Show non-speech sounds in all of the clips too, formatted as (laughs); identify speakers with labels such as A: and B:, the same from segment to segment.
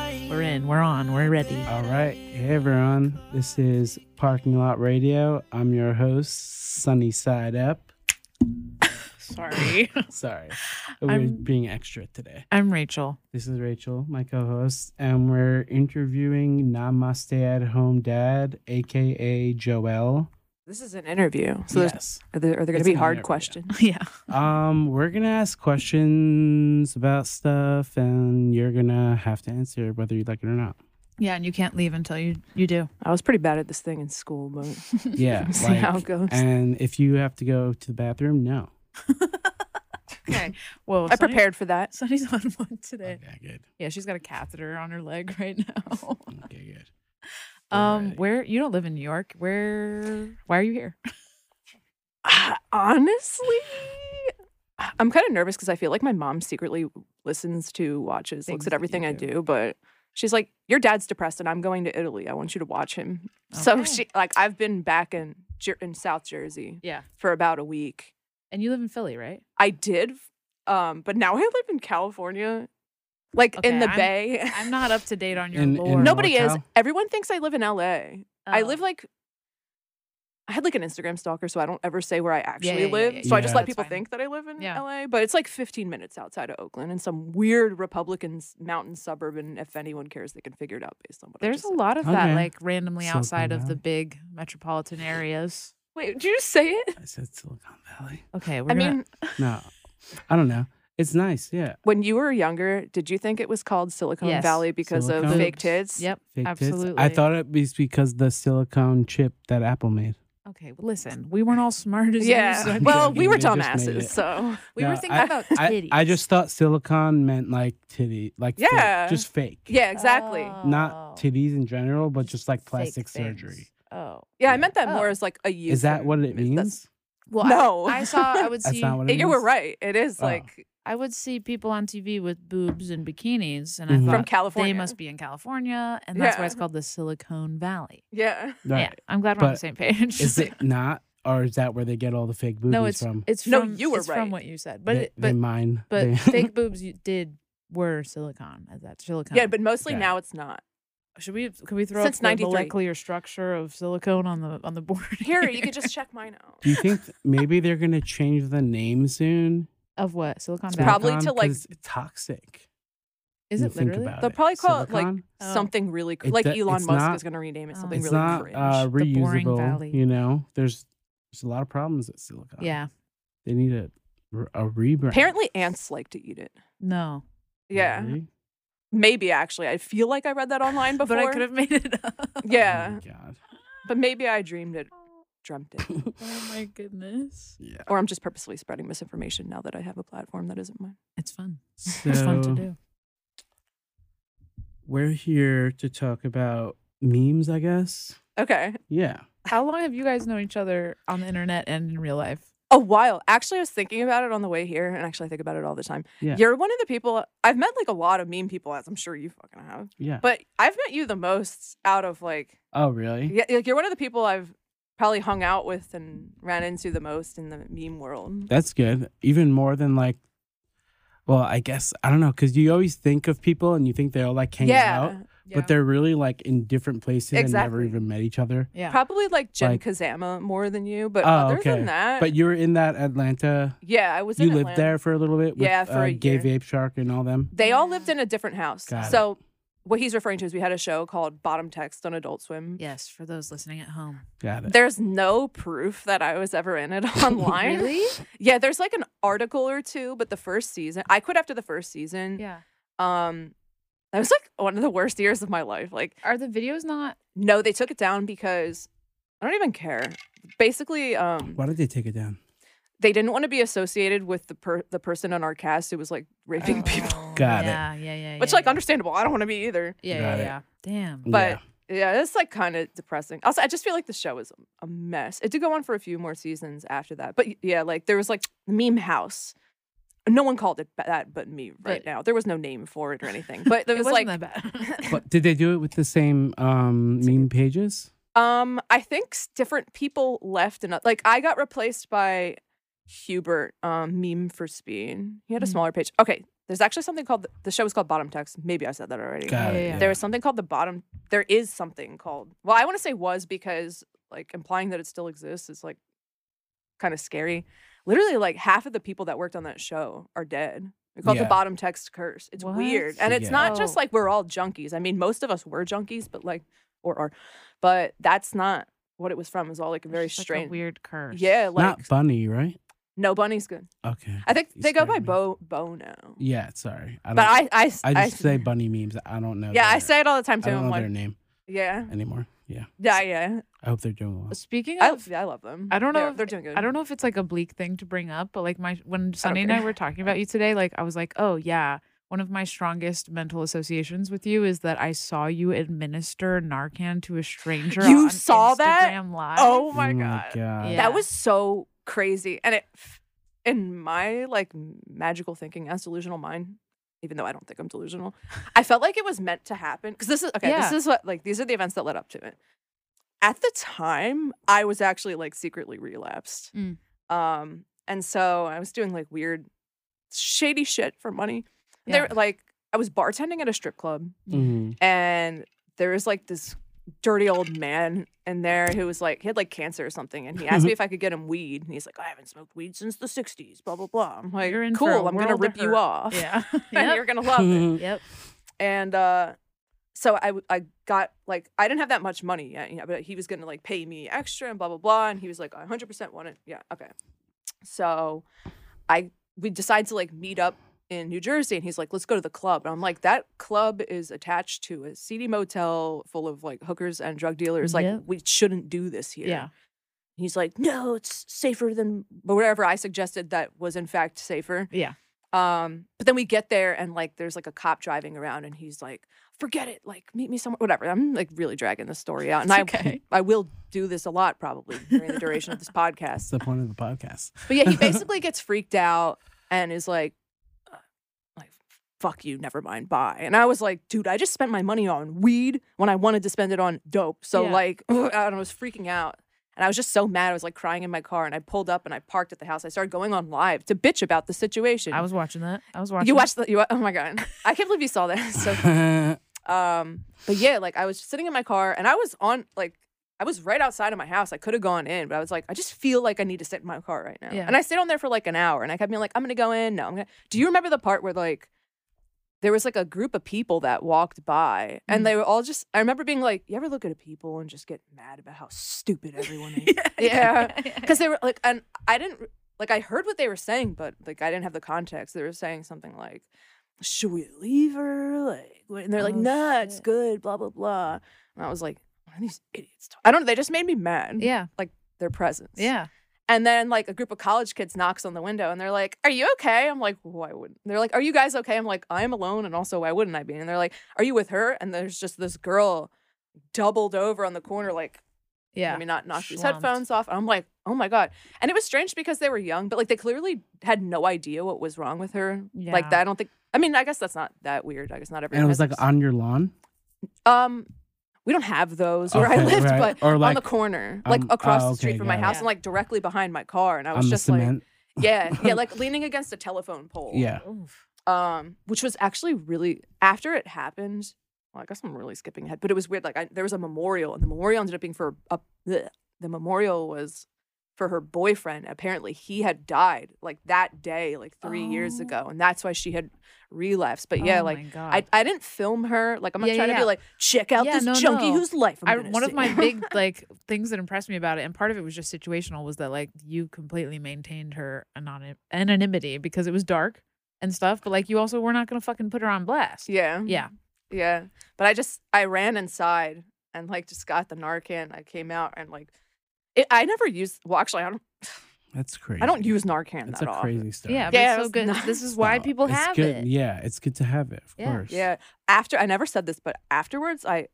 A: on. We're on. We're ready.
B: All right. Hey, everyone. This is Parking Lot Radio. I'm your host, Sunny Side
C: (laughs)
B: Up.
A: Sorry.
B: Sorry. We're
A: I'm-
B: being extra today.
A: (laughs) I'm Rachel.
B: This is Rachel, my co host, and we're interviewing Namaste at Home Dad, AKA Joel.
C: This is an interview. So there's,
B: yes.
C: are there, are there going to
B: It's
C: be
B: an
C: hard
B: interview.
C: questions?
A: (laughs) yeah.
B: Um, we're gonna ask questions about stuff, and you're gonna have to answer whether you like it or
C: (laughs)
B: not.
A: Yeah, and you can't leave until you you do.
C: I was pretty bad at this thing in school, but (laughs)
B: Yeah,
C: see how it goes.
B: And if you have to go to the bathroom, no.
A: (laughs) Okay. Well,
C: I
A: (laughs)
C: prepared for that. (sighs)
A: Sunny's on one today.
B: Okay, good.
A: Yeah, she's got a catheter on her leg (laughs) right now.
B: Okay, good.
A: um,
B: Alrighty.
A: where you don't live in New York? Where? Why are you here?
C: Honestly, (sighs) I'm kind of nervous because I feel like my mom secretly listens to, watches,
A: Things
C: looks
A: that
C: at
A: you
C: everything I
A: do.
C: do, but she's like, Your dad's depressed and I'm going to Italy. I want you to watch him. So
A: Okay.
C: she, like, I've been back in, Jer- in South Jersey
A: (laughs) Yeah,
C: for about a week.
A: and you live in Philly, right?
C: I did, um, but now I live in California, like
A: Okay,
C: in the
A: I'm-
C: Bay.
A: I'm
C: (laughs)
A: not up to date on your
B: In- in
A: lore.
B: Nor-
C: Nobody is.
B: NorCal?
C: Everyone thinks I live in LA. I
A: Oh.
C: live like I had like an Instagram stalker, so I don't ever say where I actually
A: yeah, yeah,
C: live.
A: yeah,
C: so I
B: yeah.
C: just let
A: That's
C: people
A: fine.
C: think that I live in
A: Yeah.
C: LA, but it's like 15 minutes outside of Oakland in some weird Republican s- mountain suburb. And if anyone cares, they can figure it out based on what. I
A: There's
C: just
A: a
C: said.
A: lot of that,
B: Okay.
A: like randomly
B: Silicon
A: outside of the
B: Valley.
A: big metropolitan areas.
C: Wait, did you just say it?
B: I said Silicon Valley.
A: Okay, we're
C: I
A: gonna-
C: mean,
B: No, I don't know. It's nice. Yeah.
C: when you were younger, did you think it was called Silicon
A: Yes.
C: Valley because
B: Silicon.
C: of fake
A: Boobs.
C: tits?
A: Yep,
B: Fake tits. I
A: Absolutely.
B: thought it was because the silicone chip that Apple made.
A: Okay, well, listen, we weren't all smart as you. so I
C: Yeah.
A: think (laughs)
C: Well,
B: joking.
C: we were
B: They just made
C: dumbasses,
B: it.
C: so
A: we
B: No,
A: were thinking
B: I-
A: about
B: I,
A: titties.
B: I just thought silicone meant like titty, like fake,
C: Yeah.
B: just fake.
C: (laughs) yeah, exactly.
A: Oh.
B: Not titties in general, but just like
A: Fake
B: plastic
A: things.
B: surgery.
A: Oh,
C: yeah, I
B: yeah.
C: meant that more
A: Oh.
C: as like a youth.
B: Is that what it means?
A: well, I-
C: No.
A: I, saw. I would
B: (laughs) That's
A: see.
B: not what it means.
C: you were right. It is
B: Oh.
C: like
A: I would see people on TV with boobs and bikinis, and
B: Mhm.
A: I
C: from
A: thought
C: California.
A: they must be in California, and that's why
C: Yeah.
A: it's called the Silicon Valley.
C: Yeah. (laughs)
A: Yeah,
B: Right.
A: I'm glad we're on the
B: But
A: same page. (laughs)
B: Is it not, or is that where they get all the fake boobies
A: no, it's
B: from?
A: it's
C: No,
A: from,
C: you were
A: it's From
C: right.
A: what you said, but
B: they,
A: it,
B: they
A: but
B: mine.
A: but
B: they-
A: fake boobs you did were silicon. Is that silicon?
C: Yeah, but mostly
B: Yeah.
C: now it's not.
A: should we could we throw
C: Since
A: up the
C: 93.
A: molecular structure of silicone on the (laughs) on the board
C: Here, you could just check mine
B: (laughs)
C: out.
B: Do you think maybe they're gonna change the name soon?
A: of what silicon
C: It's
A: Valley?
C: probably
B: Silicone?
C: to, like-
B: 'Cause it's toxic.
A: is
B: when
A: it
B: you think
A: literally?
B: about
C: They'll probably call it, like,
B: Silicone?
A: Oh.
C: Something really cr-
B: It
C: like
B: do-
C: Elon
B: it's
C: Musk
B: not-
C: is going to rename it
A: Oh.
C: something
B: It's
C: really
B: not
C: cringe.
B: uh,
A: The boring
B: reusable.
A: valley.
B: You know, there's there's a lot of problems with silicone.
A: Yeah.
B: they need a a rebrand.
C: Apparently, ants like to eat it.
A: No.
C: Yeah,
B: Really?
C: maybe actually, I feel like I read
B: (laughs)
C: that online before.
A: But I could
C: (laughs)
A: have made it up.
B: Oh my
C: Yeah,
B: God.
C: but maybe I dreamed it, dreamt
B: (laughs)
C: it,
A: Oh my goodness.
B: Yeah.
C: or I'm just purposely spreading misinformation now that I have a platform that isn't mine.
A: It's fun.
B: So
A: it's fun to do.
B: we're here to talk about memes, I guess.
C: Okay,
B: Yeah.
A: How long have you guys known each other on the internet and in real life?
C: a while. Actually, I was thinking about it on the way here, and actually, I think about it all the time.
B: Yeah.
C: You're one of the people I've met, like a lot of meme people, as I'm sure you fucking have.
B: Yeah.
C: But I've met you the most out of like
B: oh, really?
C: Yeah, like you're one of the people I've probably hung out with and ran into the most in the meme world.
B: That's good. Even more than like, well, I guess I don't know because you always think of people and you think they all like hang
C: yeah,
B: out, but they're really like in different places and never
C: Exactly.
B: even met each other.
A: Yeah.
C: probably like Jen
B: Like-
C: Kazama more than you, but
B: Oh,
C: other
B: okay.
C: than (laughs) that,
B: But you were in that Atlanta.
C: yeah, I was.
B: You
C: in
B: lived
C: Atlanta.
B: there for a little bit. With,
C: Yeah, for
B: uh,
C: a
B: Gay
C: year.
B: Vape Shark and all them.
C: They all
A: Yeah.
C: lived in a different house.
B: Got it.
C: so what he's referring to is we had a show called Bottom Text on Adult Swim.
A: yes, for those listening at home.
B: Got it.
C: There's no proof that I was
A: (laughs)
C: ever in it online.
A: Really?
C: Yeah, there's like an article or two, but the first season, I quit after the first season.
A: Yeah.
C: Um, that was like one of the worst years of my life. Like
A: Are the videos not
C: No, they took it down because I don't even care. Basically, um,
B: Why did they take it down?
C: they didn't want to be associated with the per- the person on our cast who was like raping people, (laughs)
A: Oh,
B: Got it.
A: yeah, Yeah, yeah, yeah.
C: which
A: yeah.
C: like understandable. I don't want to be either.
A: Yeah, yeah,
B: Got it.
A: yeah. Damn.
C: But yeah, it's like kind of depressing. Also, I just feel like the show is a mess. It did go on for a few more seasons after that, but yeah, like there was like meme house. No one called it ba- that but me right
A: But-
C: now. There was no name for it
A: (laughs)
C: or anything. But there
A: It
C: was
A: wasn't
C: like
A: that bad. (laughs)
B: yeah. But did they do it with the same um, meme pages?
C: Um, I think s- different people left and like I got replaced by Hubert, um, meme for speed. He had a
A: Mhm.
C: smaller page. Okay, There's actually something called the- the show is called Bottom Text. Maybe I said that already.
B: Got
A: Yeah,
B: it.
A: yeah, yeah.
C: There was something called the bottom. There is something called. Well, I want to say was because like implying that it still exists is like kind of scary. Literally, like half of the people that worked on that show are dead. We call it
B: Yeah.
C: the bottom text curse. It's weird,
A: What?
C: and it's
B: Yeah.
C: not just
A: Oh.
C: like we're all junkies. I mean, most of us were junkies, but like or or, but that's not what it was from. It was all like a
A: It's
C: very
A: just, like, a
C: strange.
A: weird curse.
C: yeah, like
B: Not bunny, right?
C: no bunny's good.
B: Okay.
C: I think
B: You
C: they go
B: scared
C: by
B: me.
C: Bo Bo now.
B: Yeah, sorry. I don't,
C: but I I
B: I
C: I-
B: just say bunny memes. I don't know.
C: yeah I
B: their-
C: say it all the time
B: I
C: too.
B: don't know
C: I'm
B: their
C: like
B: name
C: yeah
B: anymore. Yeah.
C: yeah yeah.
B: I hope they're doing well.
A: Speaking
C: I,
A: of,
C: yeah, I love them.
A: I don't know
C: They're,
A: if-
C: they're doing good.
A: I don't know if it's like a bleak thing to bring up, but like my when Sunday and
C: care.
A: I were
C: (laughs)
A: talking about you today, like I was like, oh yeah, one of my strongest mental associations with you is that I saw you administer Narcan to a stranger.
C: You
A: on
C: saw
A: Instagram
C: that?
A: Live.
C: Oh my
B: Oh
A: Mm,
C: god,
A: Yeah.
C: that was so crazy. And it, in my like magical thinking, as delusional mind, even though I don't think I'm delusional, I felt like it was meant to happen. Because this is okay. This
A: Yeah.
C: is what like these are the events that led up to it. At the time, I was actually like secretly relapsed.
A: Mm.
C: Um, and so I was doing like weird, shady shit for money. They
A: Yeah.
C: were like I was bartending at a strip club.
A: Mm-hmm.
B: Mhm.
C: and there was like this dirty old man in there who was like he had like cancer or something and he
A: (laughs)
C: asked me if I could get him weed and he's like I haven't smoked weed since the 60s blah blah blah I'm like
A: You're in for a
C: cool I'm gonna
A: world of
C: rip you
A: hurt."
C: off
A: Yeah.
C: (laughs)
A: (laughs)
C: and
A: yep.
C: you're gonna (laughs) love it
A: Yep.
C: and uh so I w- I got like I didn't have that much money yet you know, but he was gonna like pay me extra and blah blah blah and he was like I 100% want it yeah okay so I we decide to like meet up in New Jersey and he's like, let's go to the club. And I'm like, that club is attached to a seedy motel full of like hookers and drug dealers. Like,
A: Yep.
C: we shouldn't do this here.
A: Yeah.
C: He's like, no, it's safer than but whatever I suggested that was in fact safer.
A: Yeah.
C: Um, but then we get there and like there's like a cop driving around and he's like, forget it, like meet me somewhere, whatever. I'm like really dragging this story out. And
A: It's
C: I
A: okay.
C: I will do this a lot probably during the
A: (laughs)
C: duration of this podcast.
B: That's the point of the podcast.
C: But yeah, he basically gets freaked out and is like, uh, like, fuck you, never mind, bye. And I was like, dude, I just spent my money on weed when I wanted to spend it on dope. So
A: Yeah.
C: like, (laughs) and I was freaking out. And I was just so mad. I was like crying in my car and I pulled up and I parked at the house. I started going on live to bitch about the situation.
A: I was watching that. I was watching.
C: you
A: that.
C: watched the, you, wa- oh my God. I can't believe you saw that. (laughs)
B: (laughs)
C: It's so um, but yeah, like I was sitting in my car and I was on like I was right outside of my house. I could have gone in, but I was like, I just feel like I need to sit in my car right now.
A: Yeah.
C: And I stayed on there for like an hour and I kept being like, I'm gonna go in. No, I'm gonna Do you remember the part where like there was like a group of people that walked by and
A: Mm.
C: they were all just I remember being like, You ever look at a people and just get mad about how stupid everyone is? (laughs) Yeah. Because they were like, and I didn't like I heard what they were saying, but like I didn't have the context. They were saying something like, "Should we leave her?" Like, what- and they're like,
A: Oh,
C: "Nah, it's
A: shit.
C: good." Blah blah blah. And I was like, "What are these idiots?" Talk-? I don't know. They just made me mad.
A: Yeah.
C: Their presence.
A: Yeah.
C: And then like a group of college kids knocks on the window and they're like, "Are you okay?" I'm like, "Why wouldn't?" They're like, "Are you guys okay?" I'm like, "I'm alone and also why wouldn't I be?" And they're like, "Are you with her?" And there's just this girl doubled over on the corner like
A: Yeah.
C: let me not knock these
A: Slumped.
C: headphones off. And I'm like, oh my God. And it was strange because they were young, but like they clearly had no idea what was wrong with her. Like
A: Yeah.
C: that. I don't think I mean, I guess that's not that weird. I guess not everyone.
B: and it was
C: has
B: like
C: those.
B: on your lawn.
C: um we don't have those where I
B: Okay,
C: lived,
B: right.
C: but
B: Or
C: on
B: like
C: the corner, like
B: um,
C: across
B: oh,
C: the street
B: okay,
C: from my
B: got it.
C: house
A: Yeah.
C: and like directly behind my car. And I was
B: on the
C: just like,
B: cement.
C: yeah,
B: (laughs)
C: yeah, like leaning against a telephone pole.
B: Yeah.
A: Oof.
C: Um, which was actually really after it happened. Well, I guess I'm really skipping ahead, but it was weird. Like I, there was a memorial, and the memorial ended up being for a, bleh. the memorial was for her boyfriend. Apparently, he had died like that day, like three years
A: Oh.
C: ago, and that's why she had relapsed. But yeah,
A: Oh
C: like
A: my God.
C: I, I didn't film her. Like I'm not
A: Yeah,
C: trying
A: yeah,
C: to
A: yeah.
C: be like check out
A: Yeah,
C: this
A: no,
C: junkie
A: no.
C: whose life I'm
A: I,
C: gonna
A: one of my
C: (laughs) save."
A: big like things that impressed me about it, and part of it was just situational, was that like you completely maintained her anonym anonymity because it was dark and stuff, but like you also were not gonna fucking put her on blast.
C: yeah
A: Yeah.
C: Yeah. But I just I ran inside and like just got the Narcan. I came out and like it, I never used well actually I don't
B: That's crazy.
C: I don't use Narcan
B: It's
C: that
B: a
C: often.
B: crazy story.
A: Yeah,
C: Yeah,
A: but
C: it
A: it's so
C: was
A: good.
C: nice,
A: This is why
B: though.
A: people
B: It's
A: have
B: good.
A: it.
B: Yeah, it's good to have it, of
A: Yeah.
B: course.
C: Yeah. After I never said this, but afterwards I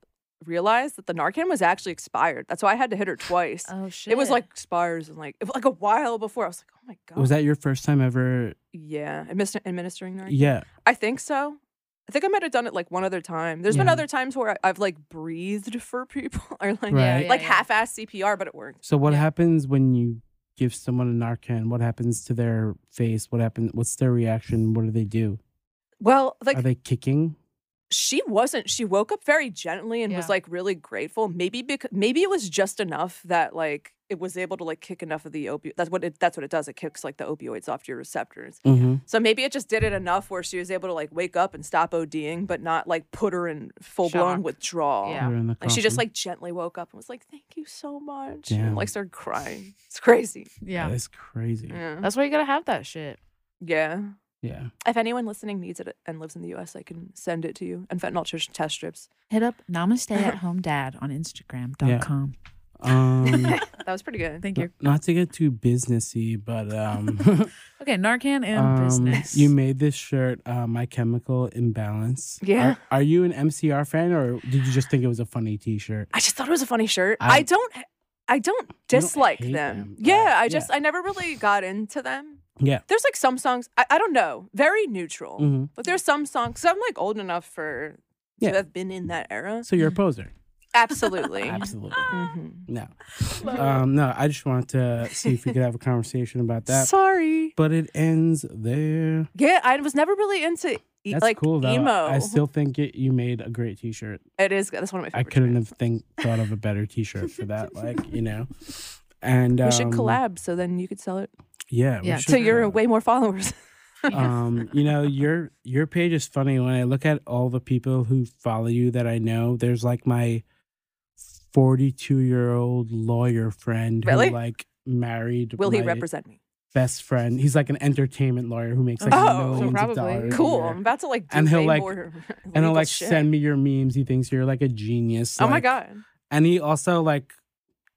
C: realized that the Narcan was actually expired. That's why I had to hit her twice.
A: Oh shit.
C: it was like expires and like it was like a while before. I was like, oh my god.
B: Was that your first time ever?
C: yeah administer- administering Narcan?
B: Yeah.
C: I think so. I think I might have done it like one other time. There's been
B: Yeah.
C: other times where I- I've like breathed for people (laughs) or like
B: Right.
A: yeah,
C: like
A: yeah.
C: half-ass CPR, but it worked.
B: So what
A: Yeah.
B: happens when you give someone a Narcan? What happens to their face? What happens? What's their reaction? What do they do?
C: Well, like
B: Are they kicking?
C: she wasn't. She woke up very gently and
A: Yeah.
C: was like really grateful. Maybe because maybe it was just enough that like it was able to like kick enough of the opioid. That's what it. That's what it does. It kicks like the opioids off your receptors.
B: Mm-hmm.
C: So maybe it just did it enough where she was able to like wake up and stop ODing, but not like put her in full blown
A: Shock.
C: withdrawal.
A: Yeah.
C: Like she just like gently woke up and was like, "Thank you so much,"
B: Damn.
C: and like started crying. It's crazy.
A: Yeah.
B: That's crazy. Yeah.
C: Yeah.
A: That's why you gotta have that shit.
C: yeah. If anyone listening needs it and lives in the U.S., I can send it to you and fentanyl tr- test strips.
A: Hit up Namaste
B: (laughs)
A: at Home Dad on Instagram.com. (laughs)
B: Um,
C: That was pretty good.
A: Thank you.
B: not to get too businessy, but
C: (laughs)
B: um,
A: Okay, Narcan and
B: um,
A: business.
B: you made this shirt, uh, My Chemical Imbalance.
C: Yeah.
B: Are, are you an MCR fan or did you just think it was a funny t shirt?
C: I just thought it was a funny shirt.
B: I-
C: I, don't. I don't dislike
B: hate
C: them.
B: them, but-
C: Yeah, I
B: yeah.
C: just I never really got into them.
B: Yeah.
C: There's like some songs I, I don't know, very neutral.
B: hmm
C: But there's some songs. 'cause I'm like old enough for
B: Yeah.
C: to have been in that era.
B: So you're a poser.
C: Absolutely.
B: Absolutely.
C: (laughs) Mhm.
B: No. Um, no, I just wanted to see if we could have a conversation about that.
C: Sorry.
B: but it ends there.
C: Yeah, I was never really into e-
B: That's
C: like
B: cool though.
C: emo.
B: I still think it, you made a great T-shirt.
C: it is. That's one of my
B: I
C: favorite.
B: couldn't
C: bands.
B: have think thought of a better T-shirt for
C: (laughs)
B: that. Like you know, and um,
C: We should collab so then you could sell it
B: Yeah, we
A: Yeah.
B: should
C: to your
B: collab.
C: way more followers. (laughs)
A: (laughs)
B: Um, you know your your page is funny. When I look at all the people who follow you that I know, there's like my forty-two year old lawyer friend
C: Really?
B: who like married.
C: Will he
B: my
C: represent me?
B: Best friend. He's like an entertainment lawyer who makes like
C: Oh, so
B: millions
A: probably.
B: of dollars. a
C: Cool.
B: year.
C: I'm about to like do
B: And he'll,
C: way
B: like-
C: more
B: and he'll
C: legal
B: like
C: shit.
B: send me your memes. He thinks you're like a genius.
C: Oh my
B: like-
C: god.
B: And he also like,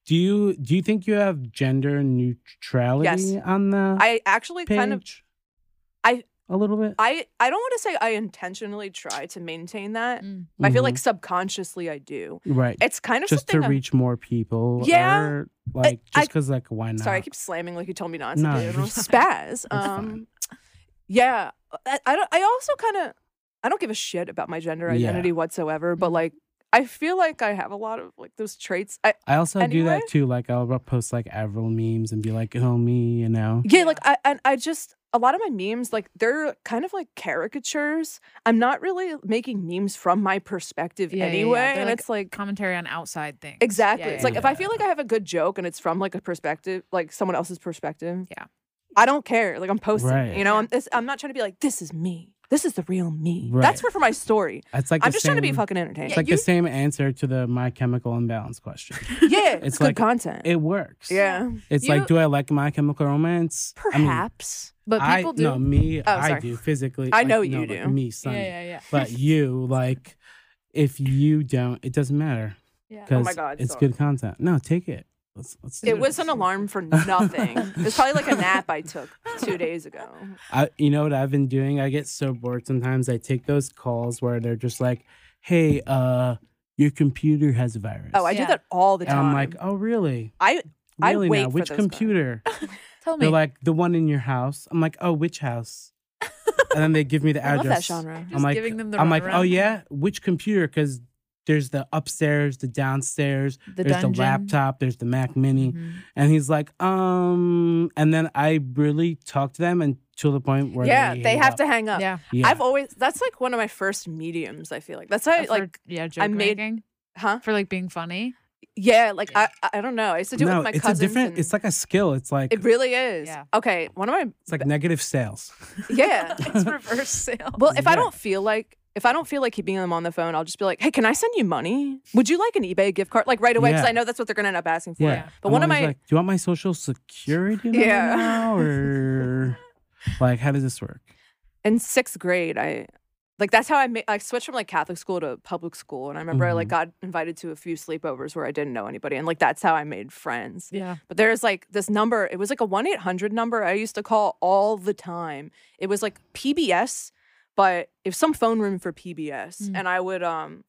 B: do you do you think you have gender neutrality
C: Yes.
B: on the
C: (laughs) I actually
B: page?
C: kind of I-
B: a little bit.
C: I I don't want to say I intentionally try to maintain that.
A: Mm.
C: but I feel like subconsconsciously I do.
B: Mhm. right,
C: It's kind of
B: Mm-hmm. just to
C: something I'm-
B: reach more people.
C: Yeah.
B: or, like
C: I-
B: just because like why not?
C: Sorry, I keep slamming like you told me not to
B: No,
C: do. And I
B: you're
C: was spaz. Um, yeah, I, I don't. I also kind of I don't give a shit about my gender
B: Yeah.
C: identity whatsoever. But
A: Mhm.
C: like, I feel like I have a lot of like those traits. I
B: I also do that
C: Anyway.
B: too. Like I'll post like Avril memes and be like, "Oh me," you know.
C: yeah, like I and I just a lot of my memes like they're kind of like caricatures. I'm not really making memes from my perspective
A: Yeah, yeah, yeah.
C: anyway,
A: They're,
C: and
A: like,
C: it's like.
A: Commentary on outside things.
C: Exactly.
A: Yeah,
C: it's
A: yeah,
C: like
A: yeah.
C: if I feel like I have a good joke and it's from like a perspective, like someone else's perspective.
A: Yeah.
C: I don't care. Like I'm posting.
B: Right.
C: You know, I'm, it's, I'm not trying to be like this is me. This is the real me. That's
B: Right.
C: for for my story.
B: It's like
C: I'm
B: the
C: just trying to be
B: same-
C: fucking entertaining.
B: It's like the same answer to the My Chemical Imbalance
C: (laughs)
B: question.
C: yeah,
B: it's
C: it's good
B: like-
C: content.
B: it works.
C: yeah,
B: It's
A: You
B: like,
A: know-
B: do I like My Chemical Romance? I mean,
C: perhaps.
A: but
B: I-
A: people do.
B: No, me, I
C: Oh, sorry.
B: do physically.
C: I
B: like,
C: know
B: no,
C: you
B: like,
C: do.
B: me,
A: yeah,
B: son.
A: yeah, yeah.
C: (laughs)
B: But you, like, if you don't, it doesn't matter
A: Yeah.
B: because
C: Oh my God,
B: it's
C: sorry.
B: good content. No, take it. Let's, let's do
C: it was an alarm for nothing. it was probably like a nap I took two days ago.
B: I, you know what I've been doing? I get so bored sometimes. I take those calls where they're just like, "Hey, uh, your computer has a virus."
C: Oh, I
A: Yeah.
C: do that all the
B: and
C: time.
B: I'm like, "Oh, really?
C: I I
B: Really
C: wait
B: now?
C: for
B: Which
C: those calls." (laughs)
B: computer?"
A: (laughs) Tell me.
B: They're like, "The one in your house." I'm like, "Oh, which house?" and then they give me the
C: I
B: address.
C: love that genre.
A: Just giving them the
B: I'm like, oh
A: runaround.
B: yeah, which computer? Because there's the upstairs, the downstairs,
A: the
B: there's
A: dungeon.
B: the laptop, there's the Mac Mini,
A: Mhm.
B: and he's like, um, and then I really talk to them and to the point where
C: Yeah, they
B: hang
C: have
B: up.
C: to hang up.
A: Yeah.
B: Yeah,
C: I've always that's like one of my first mediums. I feel like that's how I,
A: For-
C: like
A: yeah, joke
C: made-
A: making (laughs)
C: huh
A: for like being funny.
C: (laughs) yeah like
A: Yeah.
C: I I don't know. I used to do
B: no,
C: it with my
B: it's
C: cousins.
B: a different.
C: and
B: It's like a skill. It's like
C: it really is.
A: Yeah.
C: Okay, one of my
B: it's like negative sales.
C: yeah.
A: it's reverse sale.
C: Well, if
B: Yeah.
C: I don't feel like if I don't feel like keeping them on the phone, I'll just be like, "Hey, can I send you money? Would you like an eBay gift card?" Like right away, because
B: Yeah.
C: I know that's what they're gonna end up asking for.
B: Yeah,
C: But
B: I'm
C: one of
B: always
C: my-
B: like, do you want my social security number
C: Yeah.
B: now,
C: (laughs)
B: or like how does this work?
C: In sixth grade, I like that's how I made. I switched from like Catholic school to public school, and I remember I like
B: Mhm.
C: got invited to a few sleepovers where I didn't know anybody, and like that's how I made friends.
A: (laughs) yeah.
C: But there's like this number. It was like a one eight hundred number I used to call all the time. It was like PBS, but it was some phone room for PBS,
A: Mm.
C: and I would um.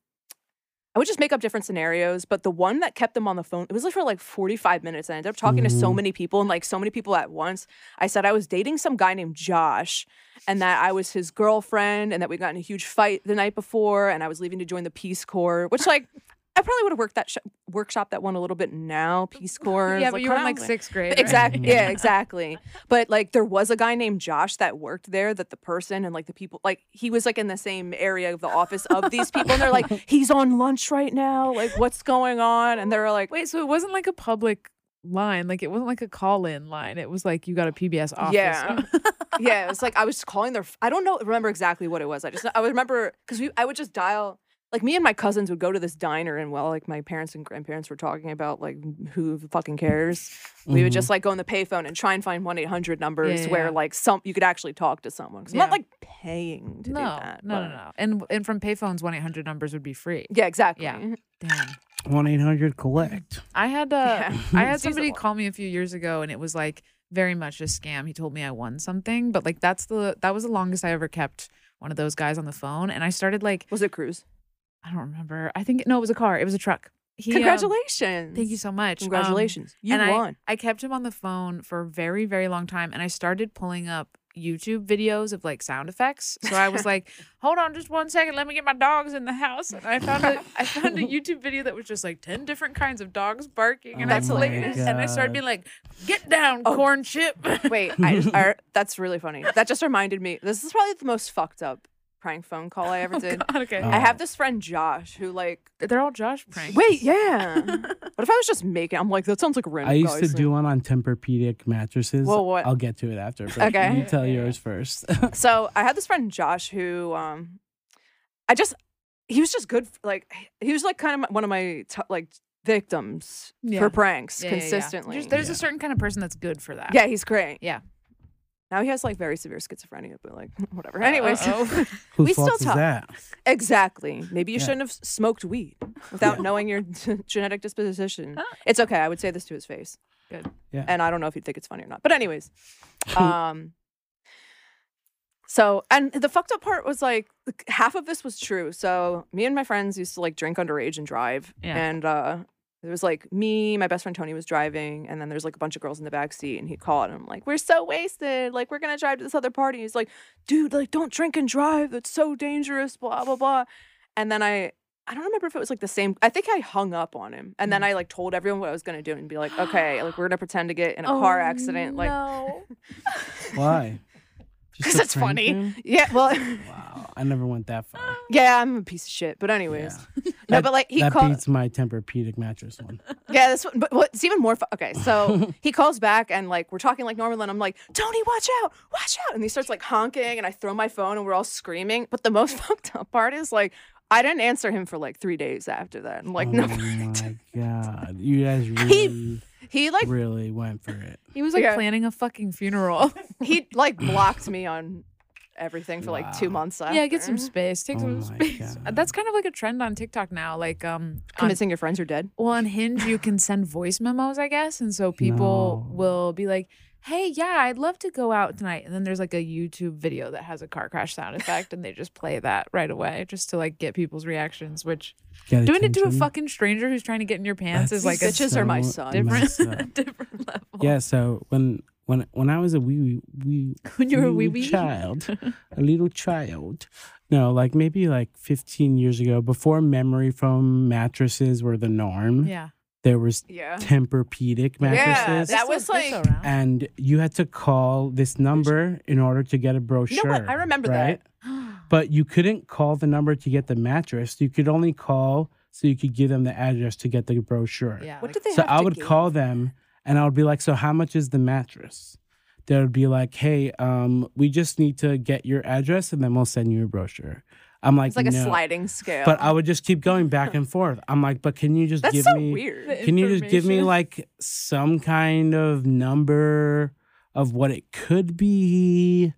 C: I would just make up different scenarios, but the one that kept them on the phone, it was like for like 45 minutes. And I ended up talking to so
B: Mhm.
C: many people and like so many people at once. I said I was dating some guy named Josh and that I was his girlfriend and that we got in a huge fight the night before and I was leaving to join the Peace Corps, which, like, I probably would have worked that sh- workshop that one a little bit now. Peace Corps.
A: (laughs) yeah, but you were in
C: "Come
A: like
C: on."
A: sixth grade. right?
C: Exactly. Yeah,
B: Mhm.
C: exactly. But like there was a guy named Josh that worked there that the person and like the people like he was like in the same area of the office of these people and
A: (laughs)
C: they're like he's on lunch right now. Like what's going on? And they're like
A: Wait, so it wasn't like a public line. Like it wasn't like a call in line. It was like you got a PBS office.
C: (laughs) Yeah. yeah, it's like I was calling their f- I don't know remember exactly what it was. I just I remember cuz we I would just dial like me and my cousins would go to this diner and well like my parents and grandparents were talking about like who fucking cares. We would
B: Mhm.
C: just like go on the payphone and try and find 1-800 numbers
A: Mm-hmm. yeah,
C: where
A: yeah.
C: like some you could actually talk to someone. 'Cause I'm
A: Yeah.
C: not like paying to
A: no,
C: do that.
A: no, no,
C: but-
A: no. And and from payphones, one eight hundred numbers would be free.
C: Yeah, exactly.
A: Damn.
B: One eight hundred collect.
A: I had uh,
C: Yeah.
A: (laughs) I had
C: It's
A: somebody
C: usable.
A: call me a few years ago, and it was like very much a scam. He told me I won something, but like that's the that was the longest I ever kept one of those guys on the phone. And I started like
C: (laughs) Was it Cruz?
A: I don't remember. I think no, it was a car. It was a truck. He, um,
C: Congratulations.
A: thank you so much. Um,
C: Congratulations. you
A: and I-
C: won.
A: I kept him on the phone for a very, very long time and I started pulling up YouTube videos of like sound effects. So I was
C: (laughs)
A: like, hold on just one second, let me get my dogs in the house. And I found a
C: (laughs)
A: I found a YouTube video that was just like ten different kinds of dogs barking and
B: Oh
A: I
C: That's
A: played
C: hilarious.
A: it and I started
B: God.
A: being like, Get down,
C: Oh.
A: corn chip. (laughs)
C: Wait, I, I, that's really funny. That just reminded me. This is probably the most fucked up prank phone call I ever
A: Oh,
C: did. Uh.
A: God, okay.
C: I
B: Oh.
C: have this friend Josh who like
A: They're all Josh pranks.
C: wait
A: (laughs)
C: yeah. what if I was just making? I'm like that sounds like a random.
B: I used to
C: guy's
B: do one on Tempur-Pedic mattresses.
C: Well, what-
B: I'll get to it after. But
C: Okay.
B: You tell yours first. (laughs)
C: name. So I had this friend Josh who um, I just he was just good. f- Like he was like kind of my, one of my t- like victims
A: Yeah.
C: for pranks
A: Yeah, yeah, yeah.
C: consistently.
A: There's, there's
B: Yeah.
A: a certain kind of person that's good for that.
C: Yeah, he's great.
A: Yeah.
C: Now he has like very severe schizophrenia, but like (laughs)
A: Uh,
C: whatever. Anyways,
A: Uh-oh. (laughs)
B: Whose
C: We still
B: fault is
C: talk. (laughs)
B: that?
C: exactly. Maybe you
B: Yeah.
C: shouldn't have s- smoked weed without knowing your (laughs) genetic disposition. It's okay. I would say this to his face.
A: Good.
B: Yeah.
C: And I don't know if he'd think it's funny or not. But anyways,
B: (laughs)
C: um so and the fucked up part was like like, half of this was true. So me and my friends used to like drink underage and drive
A: Yeah.
C: and uh it was like me, my best friend Tony was driving, and then there's like a bunch of girls in the back seat, and he called, and I'm like, "We're so wasted, like we're gonna drive to this other party." He's like, "Dude, like don't drink and drive, that's so dangerous." Blah blah blah. And then I, I don't remember if it was like the same. I think I hung up on him, and then I like told everyone what I was gonna do, and be like, "Okay, like we're gonna pretend to get in a car accident." Like,
B: Why? Just
C: 'Cause (laughs)
B: to
C: it's
B: prank
C: funny.
A: Mm-hmm.
B: you?
C: yeah, well, (laughs)
B: Wow, I never went that far.
C: yeah, I'm a piece of shit, but anyways, no,
B: That-
C: but like he
B: that
C: called.
B: beats my Tempur-Pedic mattress one.
C: (laughs) Yeah, this one, but what's even more fun? Okay, so he calls back and like we're talking like normal, and I'm like, Tony, watch out, watch out, and he starts like honking, and I throw my phone, and we're all screaming. But the most (laughs) fucked up part is like I didn't answer him for like three days after that. I'm like,
B: oh
C: (laughs) no,
B: my god, you guys really,
C: (laughs) he like
B: really went for it.
A: He was like
C: Okay.
A: planning a fucking funeral. (laughs)
C: he like blocked me on everything for like two
B: Wow.
C: months. After.
A: Yeah, get some space. Take
B: Oh
A: some
B: my
A: space. (laughs)
B: God.
A: That's kind of like a trend on TikTok now. Like, um, on,
C: convincing your friends you're dead.
A: well,
B: (laughs)
A: on Hinge you can send voice memos, I guess, and so people
B: No.
A: will be like, "Hey, yeah, I'd love to go out tonight." And then there's like a YouTube video that has a car crash sound effect, and they just play that right away just to like get people's reactions. Which
B: Get
A: doing it to a
B: attention.
A: fucking stranger who's trying to get in your pants
B: That's
A: is like a
C: Bitches are my son.
B: messed
A: different, (laughs)
B: up.
A: different level.
B: Yeah, so when when when I was a wee wee
A: (laughs) when you're a wee
B: little
A: wee. (laughs)
B: child, a little child. No, like maybe like 15 years ago, before memory foam mattresses were the norm.
A: Yeah.
B: There was
C: Yeah.
B: Tempur-Pedic
C: Yeah,
B: mattresses,
C: that
A: They're
C: was,
A: still- they're
C: like-
A: still around. (gasps)
C: (gasps)
B: and you had to call this number in order to get a brochure.
C: I remember that.
B: right? But you couldn't call the number to get the mattress. You could only call so you could give them the address to get the brochure.
A: yeah.
C: What
A: like-
C: did they
B: So
C: have
B: I
C: to
B: would
C: give?
B: call them and I would be like, So how much is the mattress? They would be like, Hey, um, we just need to get your address and then we'll send you a brochure. I'm like,
C: It's like
B: no.
C: a sliding scale.
B: But I would just keep going
C: (laughs)
B: back and forth. I'm like, But can you just
C: That's
B: give
C: so
B: me
A: (laughs)
C: weird.
B: can you just give me
A: information.
B: like some kind of number of what it could be?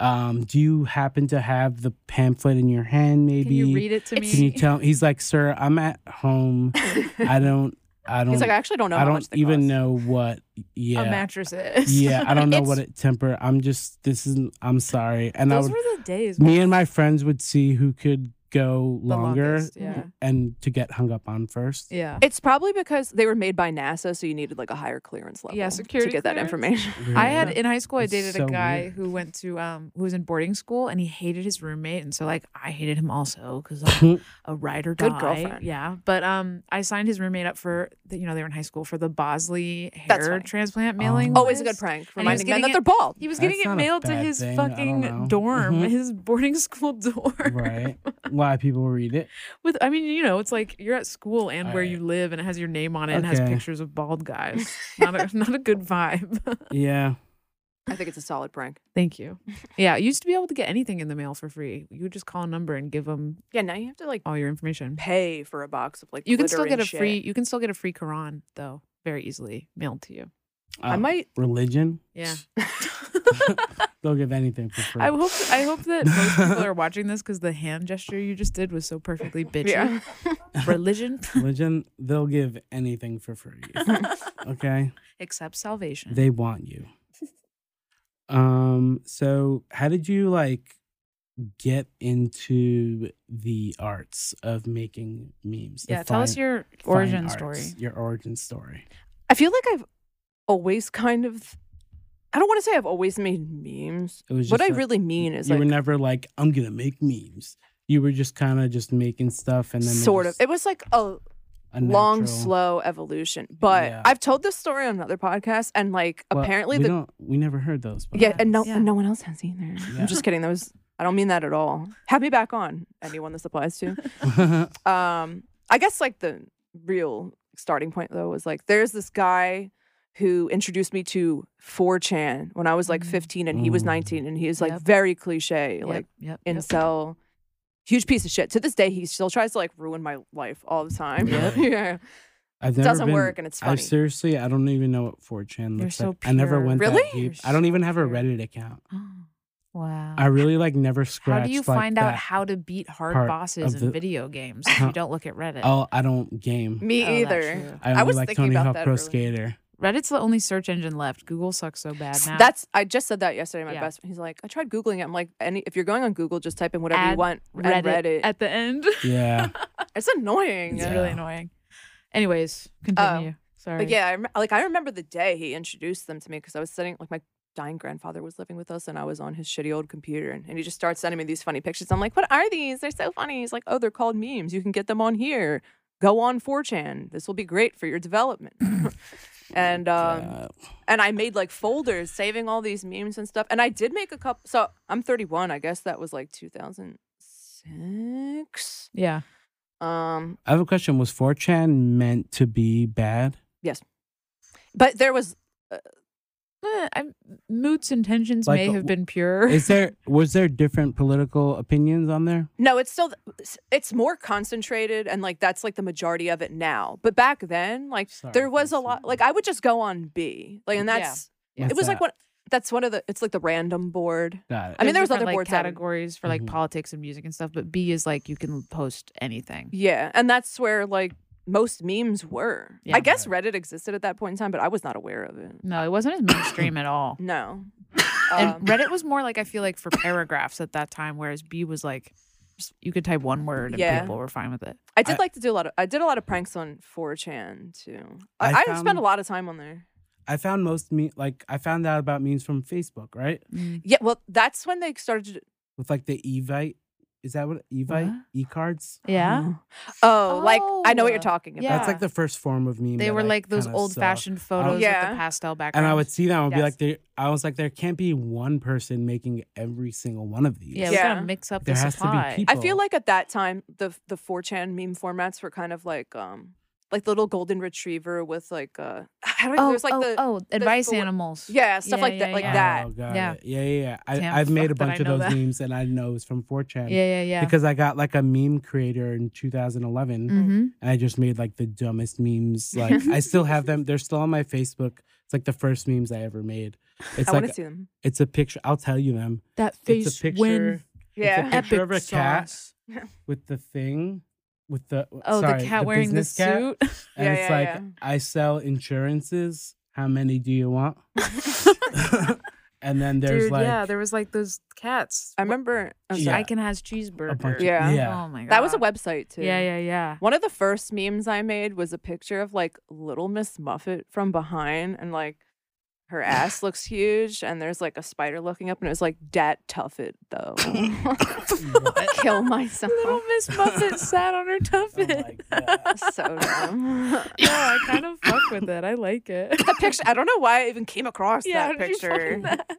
B: Um, do you happen to have the pamphlet in your hand maybe?
A: Can you read it to me?
B: Can you tell he's like, Sir, I'm at home.
A: (laughs)
B: I don't I don't
C: He's like, I actually don't know.
B: I
C: how
B: don't
C: much they
B: even
C: cost."
B: know what. Yeah,
A: a mattress is.
B: yeah. I
A: (laughs)
B: don't know what it temper. I'm just this is. I'm sorry. And I
A: Those
B: would.
A: were the days.
B: Me and my friends would see who could go
A: The
B: longer
A: longest, yeah.
B: and to get hung up on first.
A: Yeah.
C: It's probably because they were made by NASA, so you needed like a higher clearance level.
A: Yeah, security
C: to get that
A: clearance.
C: information.
A: I had in high school. I
B: It's
A: dated
B: so
A: a guy
B: weird.
A: who went to um who was in boarding school, and he hated his roommate, and so like I hated him also because
B: (laughs)
A: I'm a ride or die.
C: Good girlfriend.
A: Yeah, but um, I signed his roommate up for the, you know they were in high school for the Bosley
C: That's
A: hair
C: funny.
A: transplant mailing.
B: Oh.
C: Always a good
A: list.
C: prank,
A: And he was
C: reminding men
A: getting
C: that
A: it-
C: they're bald.
A: He was
B: That's
A: getting
B: not
A: it
B: a
A: mailed to
B: bad
A: his
B: thing, I don't know.
A: fucking (laughs) dorm,
B: Mhm.
A: his boarding school (laughs) dorm. (laughs)
B: right. Why people read it?
A: With I mean, you know, it's like you're at school and where
B: Alright.
A: you live, and it has your name on it and has
B: Okay.
A: pictures of bald guys. not a (laughs) not a good vibe.
B: Yeah.
C: I think it's a solid prank.
A: Thank you. Yeah, you used to be able to get anything in the mail for free. You would just call a number and give them
C: Yeah, now you have to like
A: all your information.
C: pay for a box of like.
A: You can still
C: glitter
A: get
C: and
A: a
C: shit.
A: free. You can still get a free Quran though, very easily mailed to you.
C: I
B: Uh,
C: might.
B: religion.
A: Yeah.
B: (laughs)
A: (laughs)
B: They'll give anything for free.
A: I hope. I hope (laughs) that most people are watching this because the hand gesture you just did was so perfectly bitchy.
C: Yeah.
A: Religion
B: religion. They'll give anything
A: (laughs)
B: for free. okay.
A: except salvation.
B: They want you. Um. So, how did you like get into the arts of making memes? the
A: yeah. Tell us
B: fine-
A: your
B: fine
A: origin
B: arts,
A: story.
B: Your origin story.
C: I feel like I've always kind of. I don't want to say I've always made memes.
B: It was
C: What
B: just
C: I
B: like-
C: really mean is
B: you
C: like
B: were never like, I'm gonna make memes. You were just kind of just making stuff, and then they
C: sort of.
B: just-
C: It was like a
B: a
C: long,
B: natural-
C: slow evolution. But
B: Yeah.
C: I've told this story on another podcast, and like
B: Well,
C: apparently
B: we
C: the
B: don't, we never heard those. but- (laughs)
C: yeah, and no,
A: Yeah.
C: and no one else has either.
B: Yeah.
C: I'm just kidding. That was I don't mean that at all. Have me back on anyone this applies (laughs) to. um, I guess like the real starting point though was like there's this guy who introduced me to 4chan when I was like
A: Mm.
C: 15 and he was
B: Mm.
C: 19 and he was like
A: Yep.
C: very cliche
A: Yep,
C: like
A: yep, yep. (gasps)
C: incel huge piece of shit to this day he still tries to like ruin my life all the time
B: Really?
C: (laughs) yeah
B: I've
C: it
B: never
C: doesn't
B: been-
C: work and it's
B: I
C: funny
B: seriously, I don't even know what 4chan
A: You're
B: looks
A: so
B: like. I never
A: pure.
B: went
C: Really?
B: that deep.
A: You're
B: I don't
A: so
B: even have a
A: pure.
B: Reddit account.
A: wow.
B: I really like never scratched.
A: How do you
B: like,
A: find out
B: that.
A: how to beat hard
B: part
A: bosses
B: of
A: in
B: the-
A: video games if
B: Huh. (laughs)
A: you don't look at Reddit?
B: Oh, I don't game.
C: me
A: Oh, that's
C: either
A: true.
B: I
C: I
B: only
C: was
B: like
C: thinking
B: Tony
C: about
B: Hawk
C: that
B: Pro
C: earlier.
B: Skater.
A: Reddit's the only search engine left. Google sucks so bad now.
C: That's I just said that yesterday. to My
A: Yeah.
C: best friend, he's like, I tried googling it. I'm like, any if you're going on Google, just type in whatever
A: Add
C: you want.
A: Reddit,
C: Reddit. Reddit.
A: at the end. (laughs)
B: Yeah,
C: it's annoying.
A: it's
B: Yeah.
A: really annoying. Anyways, continue. Sorry.
C: Oh, But yeah, I rem- like I remember the day he introduced them to me because I was sitting like my dying grandfather was living with us and I was on his shitty old computer and, and he just starts sending me these funny pictures. I'm like, what are these? They're so funny. He's like, oh, they're called memes. You can get them on here. Go on 4chan. This will be great for your development. (laughs) and (laughs) um,
B: Uh,
C: and I made like folders saving all these memes and stuff. And I did make a couple. So I'm 31. I guess that was like 2006.
A: Yeah.
C: Um,
B: I have a question. Was 4chan meant to be
C: (laughs)
B: bad?
C: but there was
A: Eh, I, Moot's intentions
B: Like,
A: may
B: uh,
A: have
B: w-
A: been pure.
B: Is there was there different political opinions on there?
C: no. It's still it's more concentrated, and like that's like the majority of it now. But back then, like
A: Oh,
B: Sorry,
C: there was a
B: that's-
C: lot. Like I would just go on B. Like and
A: Yeah.
C: that's
A: Yeah.
C: it was like
B: what?
C: one. That's one of the. It's like the random board.
B: Got it.
C: (laughs) I mean, there was
A: different,
C: other
A: like,
C: boards that-
A: categories for like
B: Mhm.
A: politics and music and stuff, but B is like you can post anything.
C: Yeah, and that's where like most memes were.
A: Yeah.
C: I guess Reddit existed at that point in time, but I was not aware of it.
A: No, it wasn't as mainstream at
C: (coughs)
A: all.
C: No. Um,
A: and Reddit was more like I feel like for paragraphs at that time, whereas B was like just- you could type one word and
C: Yeah.
A: people were fine with it.
C: I did
B: I-
C: like to do a lot of I did a lot of pranks on 4chan too. I,
B: I
C: I,
B: found-
C: spent a lot of time on there.
B: I found most me like I found out about memes from Facebook, right?
A: Mm.
C: Yeah, well, that's when they started. To,
B: With like the Evite, is that what Evite
A: What?
B: e cards?
A: Yeah.
C: Oh, like I know what
A: Oh,
C: you're talking about.
B: That's like the first form of meme.
A: They
B: that
A: were
B: I
A: like those
B: kinda saw.
A: old fashioned photos with
C: Yeah.
A: the pastel background.
B: And I would see them. I would be
A: Yes.
B: like, there. I was like, there can't be one person making every single one of these.
A: yeah, we
C: Yeah.
A: gotta mix up
B: There
A: the
B: has to be
A: supply.
B: people-
C: I feel like at that time the the 4chan meme formats were kind of like um like the little golden retriever with like uh (sighs) how do I,
A: Oh,
C: there's like
A: oh,
C: the
A: oh, advice
C: full-
A: animals.
C: yeah stuff
A: yeah,
C: like
A: yeah,
C: that like
A: yeah.
C: that.
B: Oh, got
A: Yeah.
B: it. yeah, yeah, yeah. I,
A: Damn,
B: I've made a
A: fuck that I
B: bunch of
A: know
B: those
A: that.
B: memes, and I know it's from
C: (laughs)
B: 4chan.
A: Yeah, yeah, yeah.
B: Because I got like a meme creator in 2011,
A: hmm
B: and I just made like the dumbest
C: (laughs)
B: memes. Like I still have them; they're still on my Facebook. It's like the first memes I ever
C: (sighs)
B: made. It's
C: I want
B: like
C: to see them.
B: it's a picture. I'll tell you them.
A: That
B: it's a picture. It's
C: Yeah.
B: a picture
A: Epic
B: of a cat
A: sauce.
B: with the thing, with the
A: Oh,
B: sorry,
A: the cat wearing the
B: business cat.
A: suit.
B: And
C: Yeah,
B: it's
C: yeah,
B: like,
C: yeah.
B: I sell insurances. How many do you want? (laughs) and then there's
A: Dude,
B: like
A: yeah,
B: (laughs)
A: there was like those cats.
C: (laughs) I remember I'm
B: Yeah.
C: sorry.
A: I can has cheeseburger.
B: bunch of-
C: Yeah.
B: yeah.
A: Oh my god.
C: that was a website too.
A: Yeah, yeah, yeah.
C: One of the first memes I made was a picture of like little Miss Muffet from behind and like her ass looks huge and there's like a spider looking up and it was like dat tough it
A: (laughs)
C: though.
B: Oh
C: (laughs) Kill myself.
A: Little Miss Muffet sat (laughs) on her tuffet.
B: Oh my God.
C: (laughs) so
A: (laughs)
C: dumb.
A: no, I kind of fuck with it. I like it.
C: that picture I don't know why I even came across
A: yeah,
C: that
A: how did you find
C: picture.
A: that?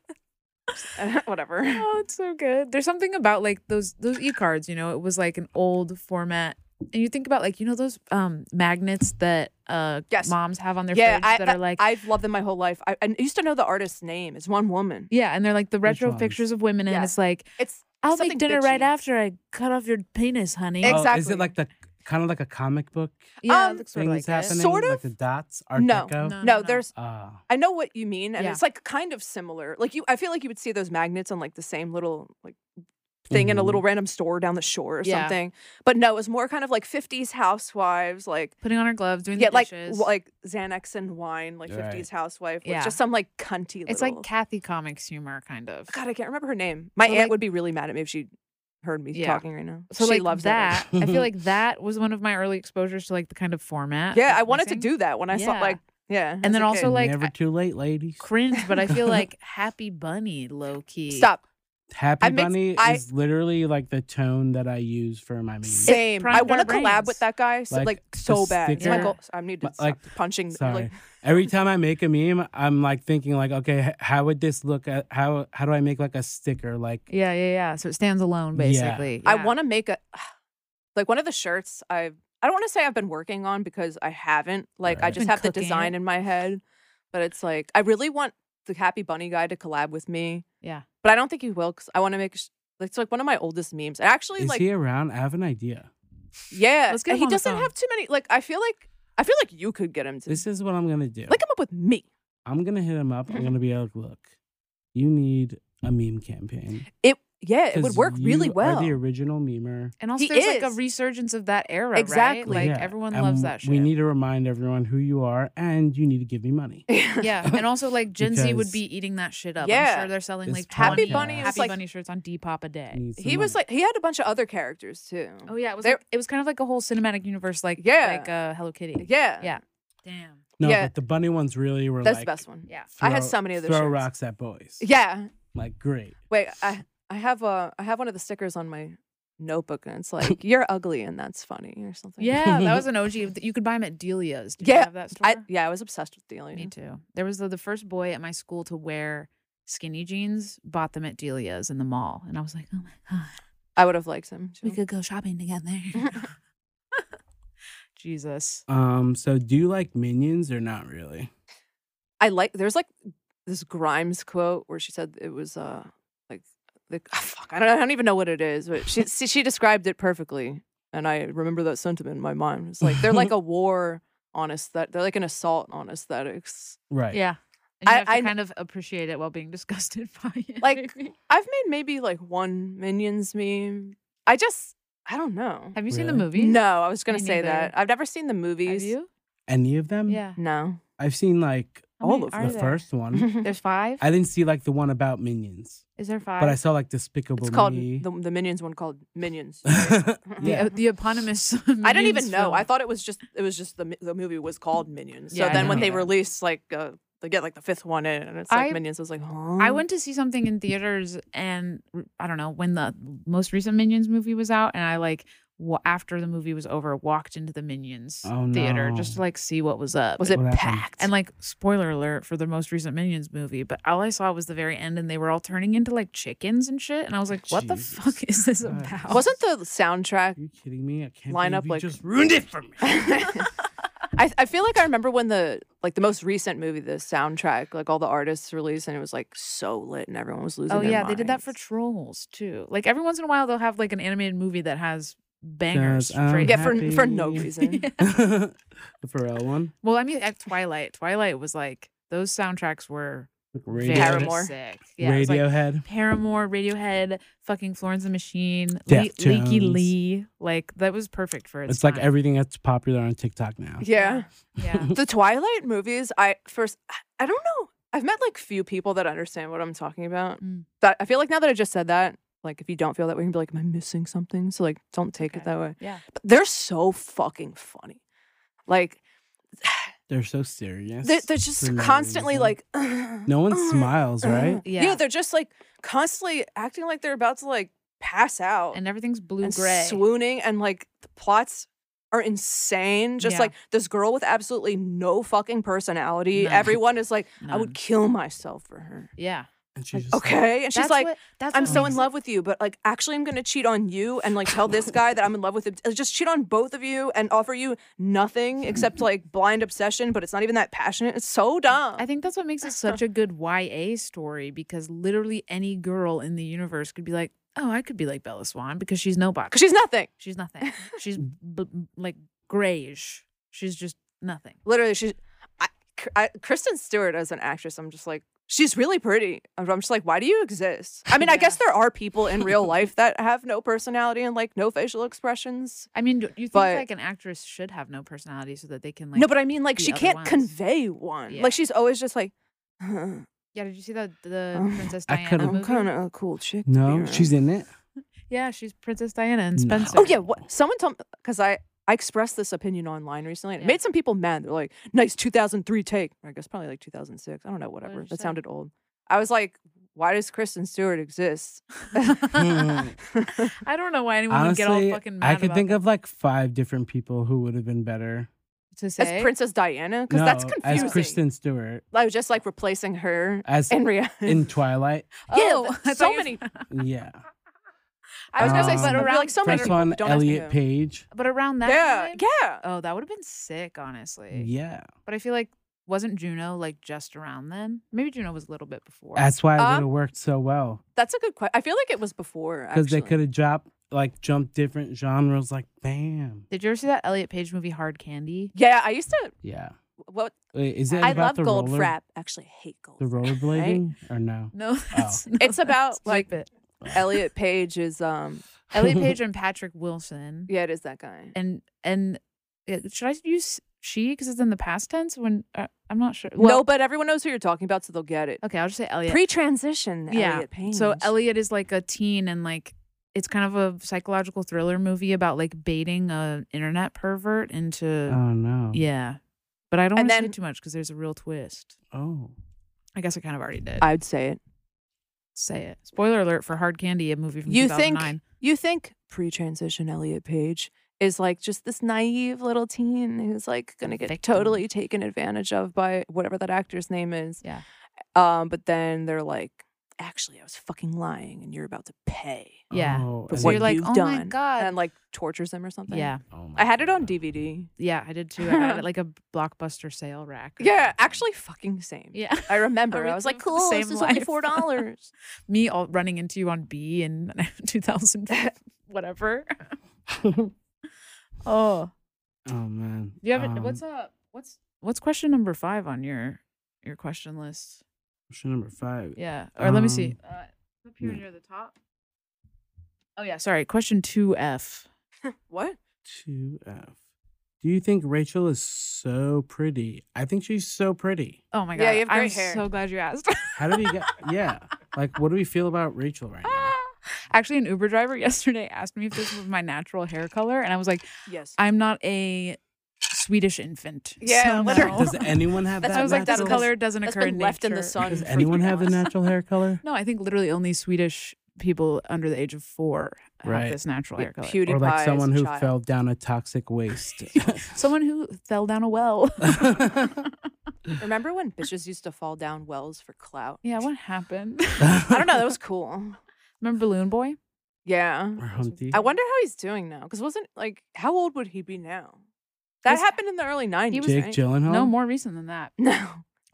C: (laughs) Whatever.
A: Oh, it's so good. There's something about like those those e cards. You know, it was like an old format. And you think about like you know those um magnets that uh
C: Yes.
A: moms have on their
C: Yeah,
A: fridge
C: I,
A: that,
C: that-
A: are like
C: I've loved them my whole life. I, I used to know the artist's name. It's one woman.
A: yeah, and they're like the retro
B: ones?
A: pictures of women,
C: Yeah.
A: and it's like
C: It's
A: I'll
C: Something
A: make dinner right
C: bitchy.
A: after I cut off your penis, honey.
C: Ex-
B: Oh, is
C: Exactly.
B: it like the kind of like a comic book
A: Oh, yeah,
C: um,
A: it looks sort
B: thing
A: of
B: that's
A: like
B: happening?
A: it.
C: Sort
B: Like
C: of.
B: the dots? Art
C: No.
B: Deco?
A: No,
C: no,
A: no.
C: there's
B: Ah.
C: I know what you mean, and
A: Yeah.
C: it's like kind of similar. Like you, I feel like you would see those magnets on like the same little like thing in a
B: Mhm.
C: little random store down the shore or
A: Mm-hmm. Yeah.
C: something. But no, it was more kind of like '50s housewives, like
A: putting on her gloves, doing
C: yeah,
A: the
C: like
A: dishes.
C: w- like Xanax and wine, like
B: Right.
C: '50s housewife with
A: Yeah.
C: just some like cunty.
A: it's
C: little,
A: like Kathy comics humor, kind of.
C: God, I can't remember her name. My
A: So,
C: aunt
A: like-
C: would be really mad at me if she heard me
A: Yeah.
C: talking right now.
A: So
C: she
A: like
C: loves that.
A: that, (laughs) I feel like that was one of my early exposures to like the kind of format.
C: Yeah,
A: of
C: I wanted to
A: mixing.
C: do that when I saw
A: Yeah.
C: like yeah, as
A: And then
C: a
A: also,
C: kid.
A: like,
B: never
A: I-
B: too late, ladies.
A: cringe, but I
C: (laughs)
A: feel like Happy Bunny, low key.
C: stop.
B: Happy
C: I mix-
B: Bunny
C: I-
B: is literally like the tone that I use for my memes.
C: Same. I
A: primed
C: want to
A: our
C: collab
A: brains.
C: with that guy so, like,
B: Like,
C: so
B: the
C: bad. It's my
A: sticker-
C: goal. I need to
B: My-
C: stop
B: like-
C: punching.
B: Sorry.
C: Like,
B: Every time I make a meme, I'm like thinking like, okay, h- how would this look? At, how how do I make like a sticker? Like
A: Yeah, yeah, yeah. So it stands alone,
B: Yeah.
A: basically.
C: I want to make a (sighs) like one of the shirts I've I don't want to say I've been working on because I haven't. Like I
B: Right.
C: just
A: Been
C: have the
A: cooking
C: design
A: it.
C: in my head, but it's like I really want the Happy Bunny guy to collab with me.
A: Yeah.
C: But I don't think he will because I want to make. a sh- It's like one of my oldest memes. And Actually,
B: is
C: like
B: he around? I have an idea.
C: yeah,
A: Let's get
C: and
A: him
C: he
A: on the
C: doesn't
A: phone.
C: have too many. Like I feel like I feel like you could get him to
B: This is what I'm gonna do.
C: link him up with me.
B: I'm gonna hit him up.
C: Mm-hmm.
B: I'm gonna be like, look, you need a meme campaign.
C: It yeah, it would
B: 'cause
C: work really
B: you
C: well.
B: Are
C: (laughs)
B: the original memer.
A: And also,
C: He
A: there's like
C: is.
A: a resurgence of that era, right?
C: Exactly.
A: Like
B: Yeah,
A: everyone
B: and
A: loves that shit.
B: We
C: (laughs)
B: need to remind everyone who you are, and you need to give me money.
A: yeah, and also like Gen Z would
B: Because-
A: be eating that shit up.
C: Yeah.
A: I'm sure they're selling
B: This
A: like
B: Happy
A: 20
B: Mm. Bunny
A: Happy
B: was,
C: like-
A: Bunny shirts on Depop a
B: You
A: day.
B: need
C: he
B: some
C: was
B: money.
C: like he had a bunch of other characters too.
A: Oh yeah, it was
C: There-
A: like, it was kind of like a whole cinematic universe, like
C: Yeah.
A: like uh, Hello Kitty.
C: yeah,
A: Yeah. Damn.
B: no,
C: yeah.
B: but the bunny ones really were
C: that's
B: like
C: the best one.
A: Yeah.
C: I had
B: throw-
C: so many of those
B: throw
C: shirts.
B: rocks at boys.
C: Yeah.
B: like great.
C: Wait, I I have a I have one of the stickers on my
A: (laughs)
C: notebook, and it's like "You're ugly and that's funny" or something.
A: Yeah,
B: (laughs)
A: that was an OG. You could buy them at Delia's. Did
C: Yeah,
A: you have that store?
C: (laughs) I yeah, I was obsessed with Delia.
A: Me too. There was the, the first boy at my school to wear skinny jeans, bought them at Delia's in the mall. And I was like, oh my God,
C: I would have liked him.
A: we
C: too.
A: could go shopping (laughs) together. Jesus.
B: Um, so do you like minions or not really?
C: I like there's like this Grimes quote where she said it was uh like the fuck I don't I don't even know what it is, but she see, she described it perfectly, and I remember that sentiment in my mind. It's like
A: (laughs)
C: they're like a war on aesthetic. They're like an assault on aesthetics.
B: Right.
A: Yeah. And you
C: I-
A: have to
C: I-
A: kind of appreciate it while being (laughs) disgusted by it.
C: Like-
A: maybe.
C: I've made maybe like one Minions meme. I just I don't know.
A: have you seen the
B: Really?
A: movie?
C: No, I was gonna
A: Me
C: say that.
A: neither.
C: I've never seen the movies.
A: Have you?
B: Any of them?
A: Yeah.
C: No.
B: I've seen like
A: How
C: All
A: many
C: of
A: are
B: um, the
A: there? (laughs)
B: first one.
A: There's five?
B: I didn't see like the one about minions,
A: Is there five?
B: but I saw like Despicable
C: (laughs) it's called
B: Me. (laughs)
C: the, the Minions one called Minions. (laughs)
A: the, uh,
B: yeah.
A: the eponymous. (laughs)
C: I didn't even
A: Minions
C: uh, know. I
A: film.
C: thought it was just it was just the mi- the movie was called Minions. So
A: Yeah, I
C: then when
B: know.
C: they released like uh, they get like the fifth one in and it's like
A: I-
C: Minions. I was like, huh?
B: Mm.
A: I went to see something in theaters, and r- I don't know when the most recent Minions movie was out, and I like wa after the movie was over, walked into the Minions
B: Oh,
A: theater
B: no.
A: just to like see what was up.
C: was it
B: What happened?
C: packed?
A: And like spoiler alert for the most recent Minions movie, but all I saw was the very end, and they were all turning into like chickens and shit, and I was like, "What the
B: Jesus
A: fuck is this
B: Christ.
A: about?" (laughs)
C: wasn't the soundtrack? (laughs)
B: Are you kidding me? I can't line
C: Line up,
B: up you
C: like-
B: just ruined it
C: (laughs)
B: for me. (laughs)
C: I I feel like I remember when the like the most recent movie, the soundtrack, like all the artists released, and it was like so lit, and everyone was losing.
A: Oh
C: their
A: yeah, they did that for
C: minds.
A: Trolls too. Like every once in a while, they'll have like an animated movie that has bangers.
B: um,
A: straight
C: yeah, for for no
B: Happy.
C: (laughs) reason.
B: the Pharrell one.
A: Well, I mean, at Twilight, Twilight was like those soundtracks were
B: Like
A: very
B: Radio,
C: Paramore.
A: sick. Yeah, it was like
B: Radiohead.
A: Paramore, Radiohead, fucking Florence and the Machine, Le-
B: Deftones.
A: Leaky Lee. Like that was perfect for its.
B: it's like
A: time.
B: everything that's popular on TikTok now.
C: Yeah.
B: (laughs)
A: Yeah.
C: the Twilight movies, I first I- I don't know. I've met like few people that understand what I'm talking about.
A: Mm.
C: But I feel like now that I just said that, like if you don't feel that way, you can be like, am I missing something? So like, don't take
A: okay.
C: it that way.
A: Yeah.
C: But they're so fucking funny. Like
B: They're so serious.
C: they're, they're
B: for
C: just
B: no
C: constantly
B: reason.
C: like. (laughs) uh,
B: No one
C: Mm-hmm.
B: smiles, right?
A: Yeah.
C: Yeah, they're just like constantly acting like they're about to like pass out
A: And everything's blue
C: and
A: gray.
C: swooning and like the plots are insane. Just
A: Yeah.
C: like this girl with absolutely no fucking personality.
A: None.
C: Everyone is like, I
A: None.
C: would kill myself for her.
A: Yeah.
B: And she's
C: Like,
B: just like,
C: okay. And she's
A: That's
C: like,
A: what- that's
C: I'm
A: what
C: so
A: makes
C: in
A: it-
C: love with you, but like actually I'm gonna cheat on you and like tell this guy that I'm in love with him. Uh, Just cheat on both of you and offer you
A: (laughs)
C: nothing except like blind obsession, but it's not even that passionate. It's so dumb.
A: I think that's what makes it such a good YA story because literally any girl in the universe could be like, oh, I could be like Bella Swan because she's nobody.
C: Cause she's nothing.
A: She's
C: (laughs)
A: nothing. She's b- b- like grayish. She's just nothing.
C: Literally, she's I, K- I, Kristen Stewart as an actress. I'm just like, she's really pretty. I'm I'm just like, why do you exist? I mean, I guess there are people in
A: (laughs)
C: real life that have no personality and like no facial expressions.
A: I mean, do you think
C: But-
A: like an actress should have no personality so that they can like?
C: no, but I mean, like
A: the
C: she
A: other
C: can't
A: ones.
C: convey one.
A: Yeah.
C: Like she's always just like, (laughs) huh,
A: yeah. Did you see that the
C: Um,
A: Princess
B: I
A: Diana
B: couldn't-
A: movie?
C: I'm kind of a cool chick. to be
B: No,
C: around."
B: she's in
C: (laughs)
B: it.
A: Yeah, she's Princess Diana and
B: No.
A: Spencer.
C: Oh
A: (laughs)
C: yeah, (laughs) what, someone told because I I expressed this opinion online recently and
A: Yeah.
C: it made some people mad. They're like, "Nice 2003 take." I guess probably like 2006. I don't know, whatever.
A: you
C: That
A: say?
C: sounded old. I was like, "Why does Kristen Stewart exist?" (laughs)
A: I don't know why anyone would get all
B: Mm-hmm. Honestly,
A: fucking mad.
B: I could
A: about
B: think
A: that.
B: of like five different people who would have been better.
A: to say
C: as Princess Diana because that's
B: No,
C: confusing.
B: As Kristen Stewart,
C: I was just like replacing her
B: as
C: in reality. (laughs)
B: in Twilight.
A: Oh, I
C: yeah,
A: thought
C: so
A: you-
C: many. (laughs)
B: Yeah.
C: I was gonna
B: Um,
C: say, but around like so many.
B: First
C: people,
B: one,
C: don't ask me
B: Elliot
C: who.
B: Page.
A: but around that
C: Yeah,
A: time?
C: yeah.
A: Oh, that would have been sick, honestly.
B: Yeah.
A: But I feel like wasn't Juno like just around then? Maybe Juno was a little bit before.
B: That's why it
C: Um,
B: would have worked so well
C: That's a good question. I feel like it was before
B: because they
C: actually.
B: could have dropped like jumped different genres like bam.
A: Did you ever see that Elliot Page movie Hard Candy?
C: Yeah, I used to.
B: Yeah.
C: What
B: Wait, is it
C: I
B: about
C: love
B: the
C: gold
B: roller,
C: frap. Actually, I hate gold.
B: The
C: frap.
B: rollerblading or no?
A: No, (laughs) that's, no,
C: Oh. It's about,
A: that's
C: like-
A: stupid.
C: Elliot Page is um.
B: (laughs)
C: (laughs)
A: Elliot Page and Patrick Wilson.
C: Yeah, it is that guy.
A: And and uh, should I use she because it's in the past tense? When uh, I'm not sure.
C: no, but everyone knows who you're talking about, so they'll get it.
A: okay, I'll just say Elliot.
C: Pre-transition,
A: Yeah.
C: Elliot Page.
A: So Elliot is like a teen and like it's kind of a psychological thriller movie about like baiting an internet pervert into
B: oh no.
A: yeah. But I don't want
C: And
A: to say
C: then-
A: too much because there's a real twist.
B: Oh.
A: I guess I kind of already did.
C: I'd say it.
A: say it. Spoiler alert for Hard Candy, a movie from
C: You think
A: 2009.
C: you think pre-transition Elliot Page is like just this naive little teen who's like gonna get
A: Victim.
C: totally taken advantage of by whatever that actor's name is.
A: Yeah.
C: Um, but then they're like, actually, I was fucking lying, and you're about to pay.
A: Yeah.
B: Oh,
C: for
B: and
A: so you're
C: what
A: like,
B: then-
C: you've
A: oh my
C: done,"
A: god.
C: And like tortures him or something.
A: yeah,
B: Oh my
C: I had it on
B: God.
C: DVD.
A: yeah, I did too. I
C: (laughs)
A: got it at like a blockbuster sale rack. or
C: Yeah,
A: something.
C: actually, fucking same.
A: Yeah,
C: I remember.
A: we
C: I was like,
A: lived the
C: cool,
A: same
C: this is only
A: life."
C: four
A: (laughs)
C: dollars.
A: me all running into you on B in (laughs)
C: (laughs)
A: 2000, whatever. oh,
B: (laughs) Oh man.
A: you haven't.
B: Um,
A: what's up? What's what's question number five on your your question list?
B: Option number five.
A: Yeah, or let me see.
B: Um,
A: Uh, up here
B: no.
A: near the top. Oh yeah, sorry. Question two F.
C: what?
B: Two F. Do you think Rachel is so pretty? I think she's so pretty.
A: Oh my god.
C: Yeah, you have
A: I'm
C: great hair.
A: so glad you asked. (laughs)
B: How do we
C: (laughs)
B: get? yeah. Like, what do we feel about Rachel right now?
A: Actually, an Uber driver (laughs) yesterday asked me if this was my natural hair color, and I was like,
C: Yes.
A: I'm not a Swedish infant.
C: Yeah,
A: so
C: literally.
A: no.
B: Does anyone have that?
A: (laughs)
C: That's-
A: I was like, this
B: natural-
A: color doesn't
C: that's
A: occur
C: been
A: in
C: left in the
A: nature.
C: sun
B: Does
C: for
B: anyone
C: three
B: have the
C: months.
B: natural hair
C: (laughs)
B: color?
A: No, I think literally only Swedish people under the age of four have
B: Right.
A: this natural hair color.
C: PewDiePie
B: Or like
C: as a
B: someone who
C: child.
B: fell down a toxic
C: (laughs)
B: waste.
A: Someone who fell down a well.
C: Remember when bitches used to fall down wells for clout?
A: yeah, what happened?
C: I don't know. That was cool.
A: (laughs) Remember Balloon Boy?
C: Yeah.
B: (laughs) Or Humpty.
C: I wonder how he's doing now. Because wasn't like how old would he be now? That
A: He's-
C: happened in the early nineties.
A: was-
B: Jake
C: right?
B: Gyllenhaal.
A: No, more recent than that.
C: (laughs) No,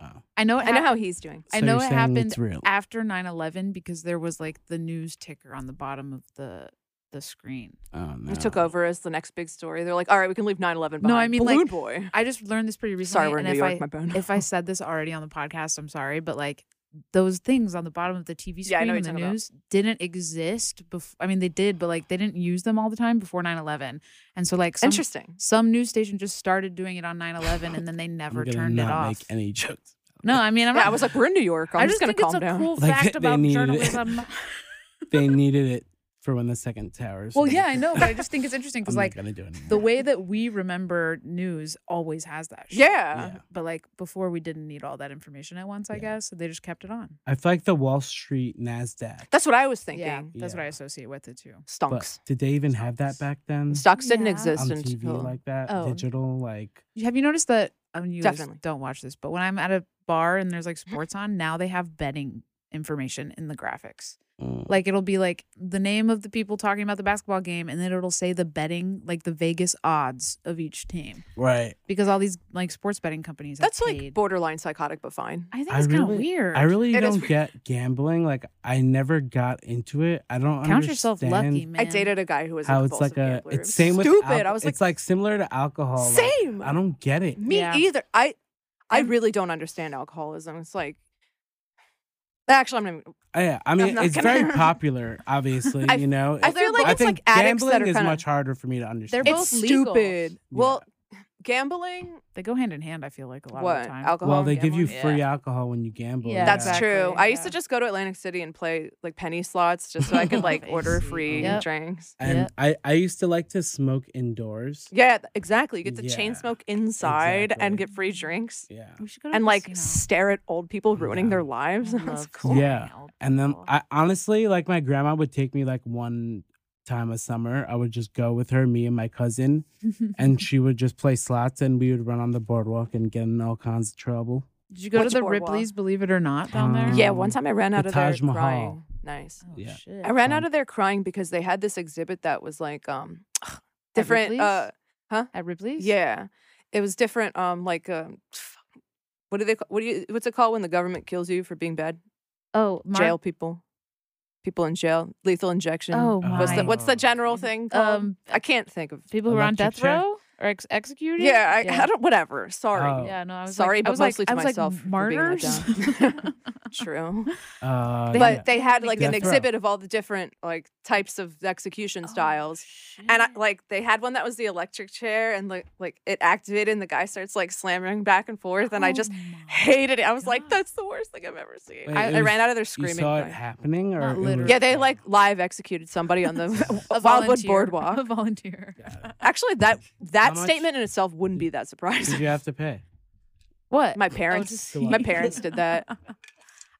B: Oh.
A: I know. It
C: I know
A: hap-
C: how he's doing.
A: I
B: So
A: know
B: you're
A: it
B: saying
A: happened
B: It's real.
A: after 9-11 because there was like the news ticker on the bottom of the the screen.
B: oh no.
C: He took over as the next big story. They're like, all right, we can leave 9-11 behind.
A: No, I mean, like,
C: Balloon Boy.
A: I just learned this pretty recently.
C: Sorry, we're in
A: and
C: New
A: if
C: York.
A: I,
C: my
A: (laughs)
C: bone.
A: if I
C: (laughs)
A: said this already on the podcast, I'm sorry, but like those things on the bottom of the TV
C: Yeah, I
A: screen
C: know
A: in
C: what
A: the
C: you're talking about.
A: news didn't exist before. I mean, they did, but like they didn't use them all the time before 9/11. And so like some,
C: Interesting.
A: some news station just started doing it on 9/11, and then they
B: (sighs) I'm
A: never
B: gonna
A: turned it
B: not
A: off.
B: Make any (laughs) jokes.
A: No, I mean, I'm
C: yeah,
A: not.
C: I was like, we're in New York. I'm
A: I
C: just,
A: think
C: gonna
A: it's
C: calm
A: a
C: down.
A: cool
B: (laughs) Like,
A: fact
B: they
A: about
B: needed it. (laughs)
A: journalism. (laughs)
B: they needed it for when the second tower.
A: well, yeah, I know, but I just think
B: (laughs)
A: it's interesting because,
B: I'm
A: like,
B: not gonna do it.
A: the way that we remember news always has that. Shit.
C: (laughs) yeah.
B: (laughs) Yeah.
A: But like before, we didn't need all that information at once, I
B: Yeah.
A: guess. So they just kept it on.
B: I feel like the Wall Street Nasdaq.
C: that's what I was thinking.
A: Yeah, that's what
B: Yeah.
A: I associate with it too.
C: Stonks.
B: But did they even have that back then?
C: Stocks didn't
A: Yeah.
C: exist
B: on TV
C: until
B: like that,
A: Oh.
B: digital like.
A: You- Have you noticed that? I mean, you guys
C: Definitely.
A: don't watch this, but when I'm at a bar and
C: (laughs)
A: there's like sports on, now they have betting information in the graphics.
B: mm,
A: Like it'll be like the name of the people talking about the basketball game, and then it'll say the betting, like the Vegas odds of each team,
B: Right.
A: because all these like sports betting companies. have
C: that's like
A: paid.
C: borderline psychotic, but fine.
A: I think
B: I
A: it's kind
B: really-
A: of weird.
B: I really
C: It is
B: don't
C: weird.
B: get gambling. Like I never got into it. I don't
A: count
B: understand
A: yourself lucky, man.
C: I dated a guy who was
B: how
C: a
B: it's like
C: compulsive
B: a.
C: gambler. It
B: It's
C: was
B: same with
C: stupid.
B: alco-
C: I was like,
B: it's like similar to alcohol. like,
C: Same!
B: I don't get it.
C: me
A: Yeah.
C: either. I I
A: I'm-
C: really don't understand alcoholism. It's like actually, I'm. Gonna,
B: Yeah, I mean,
C: not
B: it's
C: gonna-
A: (laughs)
B: very popular. Obviously,
C: I-
B: you know.
C: I
B: It-
C: feel like
B: I
C: it's
B: think
C: like addicts
B: gambling
C: that are
B: is
C: kinda,
B: much harder for me to understand.
A: They're
C: It's
A: both legal.
C: stupid.
B: Yeah.
C: Well, gambling.
A: They go hand in hand. I feel like a lot
C: What
A: of the time.
C: alcohol?
B: well,
C: and
B: they give you
C: gambling?
B: free alcohol when you gamble.
A: Yeah,
C: That's
A: exactly.
C: true. I used to
A: yeah.
C: just go to Atlantic City and play like penny slots just so I (laughs) could like order
A: Basically.
C: free
A: Yep.
C: drinks.
B: And
A: Yep.
B: I, I used to like to smoke indoors.
C: Yeah, th- exactly. You get to chain
B: Yeah,
C: smoke inside and
B: exactly.
C: get free drinks
B: Yeah.
A: We should go to
C: and
A: a
C: like
A: casino.
C: stare at old people ruining their
B: Oh, Yeah.
C: lives. (laughs)
A: I
C: That was
A: love
C: cool.
B: Yeah.
A: staring at old
B: And then
A: people.
B: I honestly like my grandma would take me like one time a summer. I would just go with her, me and my cousin, and she would just play slots and we would run on the boardwalk and get in all kinds of trouble.
A: (laughs) Did you go to
C: Which
A: the
C: boardwalk?
A: Ripley's Believe It or Not down there?
C: Yeah,
B: Um,
C: one time I ran out
B: the
C: of there
B: Taj Mahal.
C: crying. Nice.
A: Oh,
B: Yeah.
A: shit.
C: I ran out
B: fun.
C: of there crying because they had this exhibit that was like um (sighs) different
A: Ripley's?
C: uh
A: At Ripley's?
C: yeah. It was different um like um (sniffs) fuck, what do they ca- what do you what's it called when the government kills you for being bad?
A: Oh, Mar-
C: jail people. People in jail, lethal injection.
A: Oh,
B: Uh,
C: What's the
A: my.
C: what's the general thing called?
A: Um,
C: I can't think of.
A: People who are on
B: Electric
A: death
B: chair?
A: row or ex- executed?
C: Yeah, I, I don't. Whatever. Sorry.
B: Oh.
A: Yeah, no, I was like,
C: Sorry, but
A: I was like-
C: mostly to
A: I was like,
C: myself for being
A: martyrs.
C: that dumb. (laughs) True.
B: Uh,
A: They-
C: but
B: yeah.
C: they had like an
B: Death row.
C: exhibit of all the different like types of execution
A: (laughs) Oh,
C: styles. And I,
A: shit.
C: like they had one that was the electric chair, and like like it activated, and the guy starts like slamming back and forth, and I
A: Oh
C: just
A: my-
C: hated it. I was like,
A: God.
C: "That's the worst thing I've ever seen."
B: Wait,
C: I,
B: it
C: I
B: was-
C: ran out of there
B: you
C: screaming.
B: saw it
C: crying.
B: happening, or
A: Not
B: it was-
A: literally.
C: yeah, they
B: (laughs)
C: like live executed somebody on the (laughs)
A: A
C: Wildwood
A: volunteer. (laughs) A
C: Boardwalk.
A: volunteer.
B: Got it.
C: Actually, that that
B: much
C: statement in itself wouldn't be that
B: Did
C: surprising.
B: you have to pay?
A: What?
B: (laughs)
C: (laughs) My
A: to
C: parents,
A: see.
C: my parents
A: (laughs)
C: did that.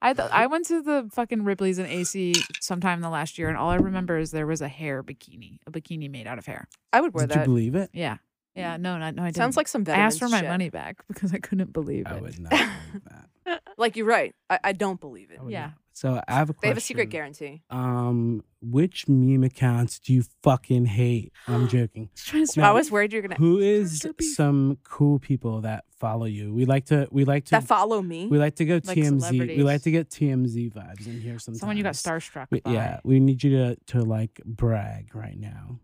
A: I th- I went to the fucking Ripley's in AC sometime in the last year, and all I remember is there was a hair bikini, a bikini made out of hair.
C: I would wear
B: Did you
C: that.
B: believe it?
A: Yeah, yeah. No, no, no. I didn't.
C: Sounds like some
A: I
C: veterans
A: asked for my
C: shit.
A: money back (laughs) because I couldn't believe
B: I
A: it.
B: would not
C: (laughs)
B: believe that.
C: Like you're right. I, I don't believe it.
B: I would
A: Yeah.
B: not. So I have a question.
C: They have a secret guarantee.
B: Um, which meme accounts do you fucking hate?
C: (gasps)
B: I'm joking.
A: (laughs) Just trying to
B: No.
C: I
A: survive.
C: was worried you're gonna
B: Who
A: It's
B: is
A: gotta be-
B: some cool people that follow you? We like to we like to
C: that follow me. (sighs)
B: we like to go
A: Like
B: TMZ. We
A: celebrities.
B: like to get TMZ vibes in here sometimes.
A: someone you got starstruck
B: We-
A: by.
B: yeah, we need you to to like brag right now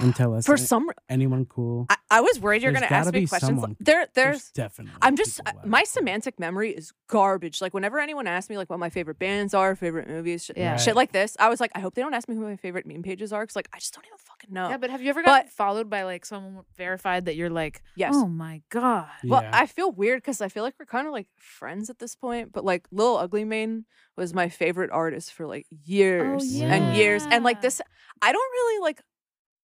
B: and tell us
C: for
B: a-
C: some,
B: anyone cool.
C: I, I was worried you're
B: There's
C: gonna ask
B: gotta
C: me
B: be
C: questions.
B: someone.
C: There, there's.
B: definitely.
C: I'm just uh,
B: people
C: my
B: like that.
C: semantic memory is garbage. Like whenever anyone asks me like what my favorite bands are, favorite movies, shit,
A: Yeah.
C: shit like this, I was like, I hope they don't ask me who my favorite meme pages are because like I just don't even fucking know.
A: Yeah, but have you ever
C: Oh. But-
A: gotten followed by like someone verified that you're like,
C: yes.
A: oh my god,
C: Well,
B: Yeah.
C: I feel weird because I feel like we're kind of like friends at this point, but like Lil Ugly Mane was my favorite artist for like years and years. And like
A: Oh, yeah.
C: this, I don't really like,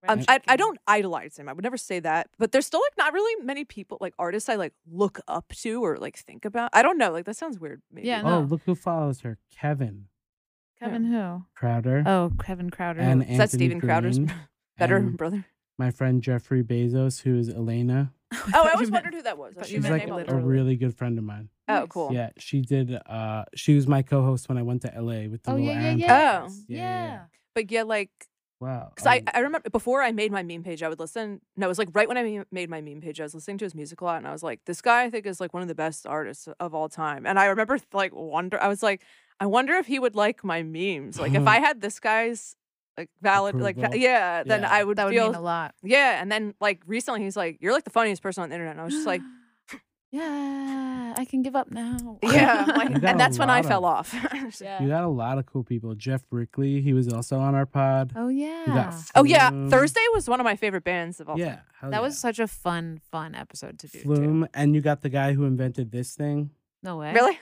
C: um,
A: Right,
C: I, I
A: okay.
C: don't idolize him. I would never say that, but there's still like not really many people, like artists I like look up to or like think about. I don't know. Like that sounds weird. Maybe.
A: Yeah, I
B: oh
A: know.
B: look who follows her, Kevin
A: Kevin who?
B: Crowder
A: Oh, Kevin Crowder. (laughs)
B: and
C: Is that
B: Anthony
C: Steven Crowder's
B: Green
C: (laughs) better
B: and
C: brother?
B: my friend Jeffrey Bezos, who is Elena.
C: Oh,
A: thought
C: I
A: you (laughs)
C: always
A: meant-
C: wondered who that was.
A: I thought you
C: She's
B: She's
A: meant
B: like
A: name
B: a
A: literally.
B: really good friend of mine.
C: Oh, cool.
B: Yeah, she did. Uh, she was my co-host when I went to LA with the
A: Oh,
B: little
A: yeah, yeah,
B: Aaron
A: yeah.
B: podcast. (laughs)
C: Oh.
A: Yeah.
C: But yeah, like
B: Wow. Um,
C: Because I, I remember before I made my meme page, I would listen. No, it was like right when I me- made my meme page, I was listening to his music a lot, and I was like, this guy I think is like one of the best artists of all time. And I remember like wonder, I was like, I wonder if he would like my memes. Like if I had this guy's like valid, like va-
B: Approval.
C: yeah, then
B: Yeah.
C: I would
A: That would
C: feel
A: mean a lot.
C: yeah. And then like recently, he's like, you're like the funniest person on the internet. And I was just like,
A: (gasps)
C: (laughs)
A: yeah, I can give up now. (laughs)
C: yeah, I'm like- (laughs)
B: You got a
C: and that's when I
B: lot
C: fell
B: of-
C: off. (laughs)
B: you got a lot of cool people. Jeff Rickley, he was also on our pod.
A: Oh
B: You got
A: yeah.
C: Oh yeah,
B: Flume.
C: Thursday was one of my favorite bands of all. time.
B: Mm. Yeah, hell
A: That
B: Oh, yeah.
A: was such a fun, fun episode to do. too.
B: Flume, and you got the guy who invented this thing.
A: No way.
C: Really?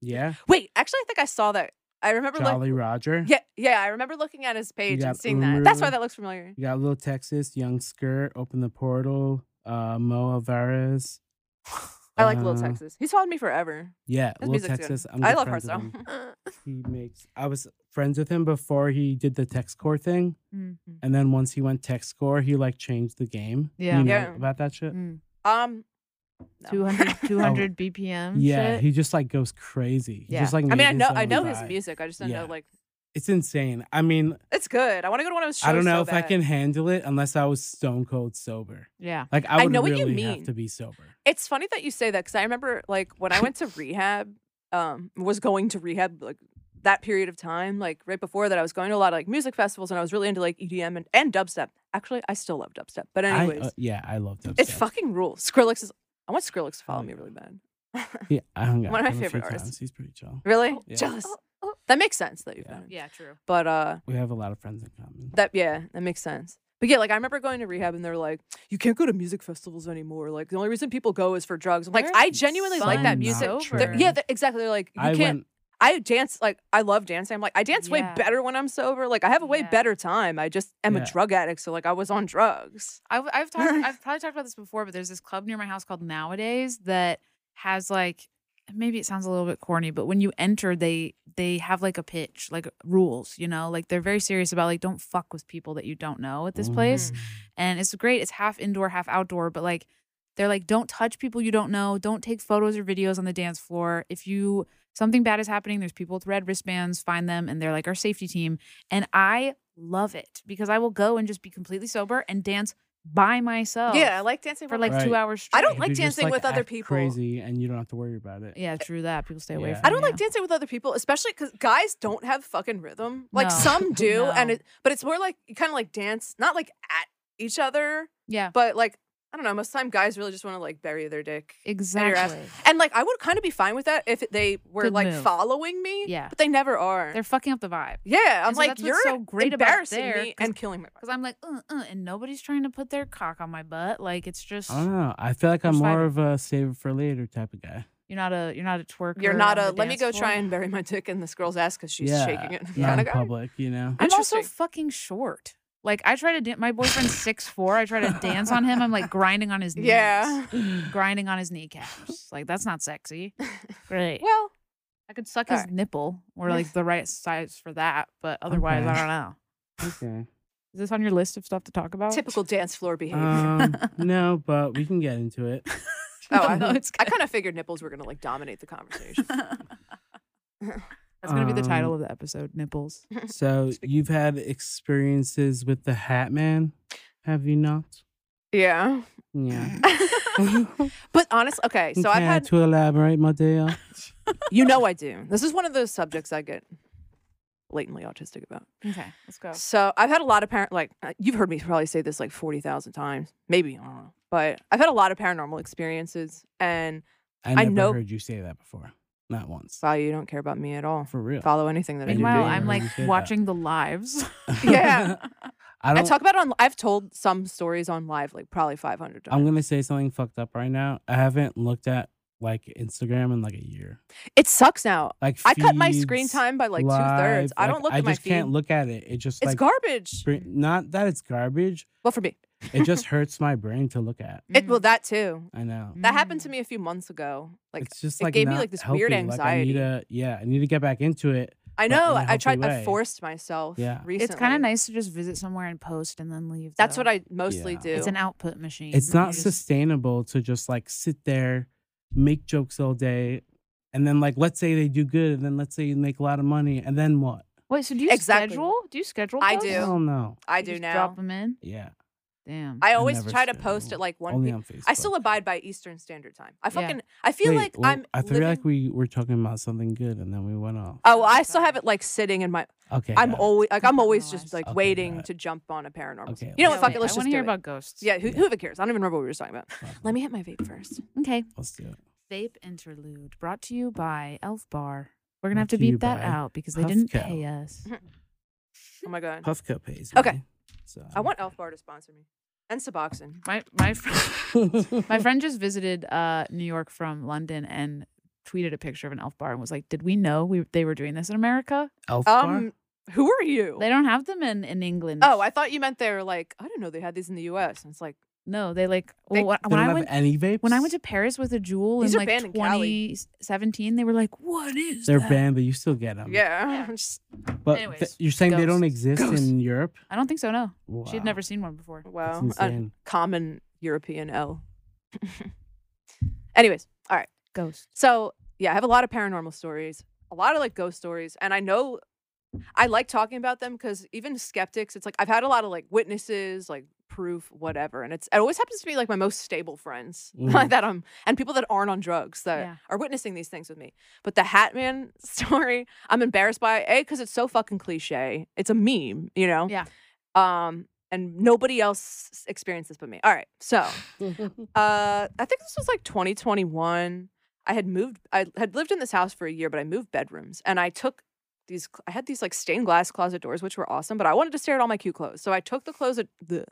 B: Yeah.
C: Wait, actually, I think I saw that. I remember like
B: Jolly Roger.
C: yeah, yeah. I remember looking at his page
B: got
C: and seeing that. That's why
B: Uru.
C: that looks familiar.
B: You got Little Texas, Young Skirt, Open the Portal, uh, Mo Alvarez.
C: I like Little
B: Uh,
C: Texas. He's followed me forever.
B: Yeah,
C: His
B: Little
C: music's good.
B: Texas. I'm
C: I
B: good
C: love
B: friends with
C: Hearthstone.
B: him. He makes. I was friends with him before he did the tech score thing,
A: Mm.
B: (laughs) and then once he went tech score, he like changed the game.
A: Yeah.
B: you know
C: Yeah.
B: about that shit.
A: Mm.
C: (laughs) um, no.
A: 200, 200 BPM.
B: Oh. Yeah,
A: shit?
B: he just like goes crazy. He
A: Yeah.
B: just like
C: (laughs) Mm-hmm. I mean, I
B: made
C: know,
B: his
C: I
B: own
C: know his
B: vibe.
C: music. I just don't know
B: Yeah.
C: like
B: It's insane. I mean,
C: it's good. I want to go to one of his shows.
B: I don't know
C: so
B: if I
C: bad.
B: can handle it unless I was stone cold sober.
A: yeah.
B: Like I
C: I
B: would
C: know what you
B: really have
C: mean.
B: to be sober.
C: It's funny that you say that because I remember like when I went to rehab, um, was going to rehab like that period of time, like right before that, I was going to a lot of like music festivals and I was really into like EDM and, and dubstep. Actually, I still love dubstep, but
B: I-
C: anyways,
B: uh, yeah, Mm. I love that.
C: it's fucking rules. Skrillex is. I want Skrillex to follow me really bad. (laughs)
B: Yeah, I hung out
C: One of
B: with him a
C: my
B: few
C: favorite artists.
B: times. He's pretty chill.
C: really
B: Oh, Yeah.
C: jealous. That makes sense that you've
B: Yeah.
C: done.
A: Yeah, true.
C: But uh,
B: We have a lot of friends in common.
C: That yeah, that makes sense. But yeah, like I remember going to rehab and they were like, "You can't go to music festivals anymore. Like the only reason people go is for drugs." I'm like,
A: They're
C: I genuinely like
B: so
C: that music.
B: not
A: sober.
C: They're- yeah, they're- exactly. They're like, you
B: I
C: can't.
B: went.
C: I dance like I love dancing. I'm like, I dance way
A: Yeah.
C: better when I'm sober. Like I have a way
A: Yeah.
C: better time. I just am
B: Yeah.
C: a drug addict, so like I was on drugs.
A: I've, I've talked I've probably talked about this before, but there's this club near my house called Nowadays that has like maybe it sounds a little bit corny, but when you enter, they they have like a pitch, like rules, you know, like they're very serious about like don't fuck with people that you don't know
B: Oh,
A: at this place,
B: Mm.
A: and it's great. It's half indoor, half outdoor, but like they're like don't touch people you don't know, don't take photos or videos on the dance floor. If you something bad is happening, there's people with red wristbands, find them, and they're like our safety team, and I love it because I will go and just be completely sober and dance by myself.
C: Yeah, I like dancing
A: Oh. for like
C: two.
B: Right.
A: two hours straight.
C: I don't
B: You
C: like
B: could just,
C: dancing with other
B: act
C: people.
B: Crazy, and you don't have to worry about it.
A: Yeah, true that. People stay away
B: Yeah.
A: from.
C: I don't
A: yeah.
C: like dancing with other people, especially because guys don't have fucking rhythm.
A: No.
C: Like
A: (laughs)
C: some do, and
A: No.
C: it, but it's more like you kind of like dance, not like at each other,
A: Yeah,
C: but like I don't know. Most of the time, guys really just want to like bury their dick, your ass.
A: exactly.
C: (laughs) and like I would kind of be fine with that if they were
A: Good
C: like
A: move.
C: following me.
A: Yeah.
C: but they never are.
A: They're fucking up the vibe
C: yeah, I'm
A: And so
C: like
A: that's what's
C: you're
A: so great about
C: embarrassing
A: there,
C: me
A: 'cause-
C: and killing my.
A: because I'm like, uh, uh, and nobody's trying to put their cock on my butt. Like it's just
B: I don't know. I feel like I'm
A: Just
B: more
A: vibe.
B: of a save it for later type of guy.
A: you're not a you're not a twerker.
C: You're not
A: on
C: a
A: the
C: let me go
A: dance
C: try
A: floor."
C: and bury my dick in this girl's ass because she's
B: yeah,
C: shaking it
B: not
C: kind
B: in
C: of guy.
B: public, you
C: (laughs)
B: know.
A: I'm also
C: Interesting.
A: fucking short. Like I try to dance. My boyfriend's
C: (laughs)
A: six four. I try to dance on him. I'm like grinding on his knees.
C: "Mm, Yeah.
A: Grinding on his kneecaps. Like that's not sexy. Great.
C: (laughs) Well,
A: I could suck
C: all
A: his
C: right.
A: nipple
C: (laughs)
A: or like the right size for that, but otherwise I
B: Okay.
A: don't know.
B: okay.
A: Is this on your list of stuff to talk about?
C: typical dance floor behavior. (laughs)
B: Um, no, but we can get into it.
A: (laughs) (laughs)
C: Oh,
A: No,
C: I,
A: no, it's
C: I kind of figured nipples were gonna like dominate the
A: (laughs)
C: conversation. (laughs)
A: That's gonna be the title of
B: Um,
A: the episode. Nipples.
B: So you've had experiences with the Hat Man, have you not?
C: yeah.
B: Yeah.
C: (laughs)
B: (laughs)
C: but honestly, okay. So I've
B: Care
C: had,
B: to elaborate, my
C: (laughs)
B: dear. (laughs)
C: you know, I do. This is one of those subjects I get blatantly autistic about.
A: Okay, let's go.
C: So I've had a lot of parent, like uh, you've heard me probably say this like forty thousand times, maybe I don't know. But I've had a lot of paranormal experiences, and
B: I never
C: know-
B: heard you say that before. Not once.
C: wow, you don't care about me at all.
B: For real. (laughs)
C: Follow anything that I
B: And
C: do.
B: you're
A: Meanwhile,
B: doing
A: I'm
B: it when
A: like
B: you say that.
A: watching the lives.
C: (laughs) Yeah.
B: (laughs) I
C: I
B: don't
C: talk about it on. I've told some stories on live, like probably five hundred times.
B: I'm gonna say something fucked up right now. I haven't looked at like Instagram in like a year.
C: it sucks now.
B: Like
C: I cut my screen
B: feeds,
C: time by like two
B: live,
C: thirds. I
B: like,
C: don't look
B: I
C: at my
B: just
C: feed.
B: can't look at it. It just
C: it's
B: like
C: garbage.
B: br- not that it's garbage.
C: Well, for me, (laughs)
B: It just hurts my brain to look at.
A: (laughs)
C: it
A: Mm.
C: well that too.
B: I know.
C: That happened to me a few months ago. Mm, Like
B: it's just
C: it
B: like
C: gave me
B: not
C: like this weird
B: healthy. Like, I need
C: anxiety.
B: to- yeah, I need to get back into it.
C: I
B: but
C: know.
B: in a
C: I
B: healthy
C: tried. I
B: way.
C: forced myself.
B: Yeah. It's
C: Recently.
A: It's kind of nice to just visit somewhere and post and then leave.
C: That's
A: though.
C: what I mostly
B: Yeah.
C: do.
A: It's an output machine.
B: It's
A: You
B: not
A: just-
B: sustainable to just like sit there, make jokes all day, and then like let's say they do good, and then let's say you make a lot of money, and then what?
A: Wait, so do you
C: Exactly.
A: schedule? Do you schedule?
C: I
A: posts?
C: do.
B: I don't know.
C: I
A: You
C: do
A: just
C: now.
A: Drop them in.
B: Yeah,
A: Damn.
C: I always
B: never
C: try to
B: should.
C: post at like one.
B: only
C: P-
B: on Facebook.
C: I still abide by Eastern Standard Time. I fucking. I feel
B: Wait,
C: like
B: well,
C: I'm.
B: I feel
C: living-
B: like we were talking about something good, and then we went off.
C: Oh, well, I still have it like sitting in my.
B: Okay,
C: I'm
B: got it.
C: always like (laughs) I'm always
A: Otherwise-
C: just like
B: Okay,
C: waiting
B: got
C: to jump on a paranormal.
B: Okay,
C: you know
B: let's
A: Yeah,
C: what? Fuck
A: wait, I
C: it. Let's just
A: want
C: do
A: to hear
C: it.
A: about ghosts.
C: Yeah, who,
B: Yeah.
C: who even cares? I don't even remember what we were talking about. Let me hit my vape first.
A: Okay.
B: Let's do it.
A: Vape interlude brought to you by Elf Bar. We're gonna have
B: Brought
A: to
B: to you
A: beep that
B: by
A: out because they
B: Puff
A: didn't
B: Co.
A: pay
C: Mm-hmm.
A: us.
C: Oh my god.
B: Puffco pays.
C: Okay.
B: me, so (laughs)
C: I want Elf Bar to sponsor me and Suboxone.
A: My my friend, my friend just visited uh New York from London and tweeted a picture of an elf bar and was like, "Did we know we they were doing this in America?
B: Elf bar?
C: Um, who are you?
A: They don't have them in in England."
C: Oh, I thought you meant they were like, I didn't know they had these in the U.S. And it's like,
A: no, they like
C: They-
A: well,
B: They
A: when
B: don't
A: I
B: have
A: went
B: any vapes?
A: when I went to Paris with a jewel in
C: These are
A: like
C: banned in Cali.
A: 2017, they were like, "What is
B: They're
A: that?"
B: banned, but you still get them.
C: uh, yeah, (laughs) just-
B: But th-
A: Anyways,
B: you're saying they don't exist
C: Ghost.
B: in Europe?
A: I don't think so. No,
B: Wow.
A: she'd never seen one before.
B: That's
C: wow, a
B: insane.
C: common European (laughs) L. Anyways, all right.
A: Ghost.
C: So yeah, I have a lot of paranormal stories, a lot of like ghost stories, and I know I like talking about them because even skeptics, it's like I've had a lot of like witnesses, like proof, whatever, and it's it always happens to be like my most stable friends (laughs)
B: Mhm.
C: that I'm and people that aren't on drugs that
A: Mm. Yeah.
C: are witnessing these things with me. But the Hat Man (laughs) story, I'm embarrassed by a because it's so fucking cliche. It's a meme, you know.
A: Yeah.
C: Um, and nobody else experienced this but me. All right, so uh, I think this was like 2021. I had moved. I had lived in this house for a year, but I moved bedrooms, and I took these. cl- I had these like stained glass closet doors, which were awesome. But I wanted to stare at all my cute clothes, so I took the closet the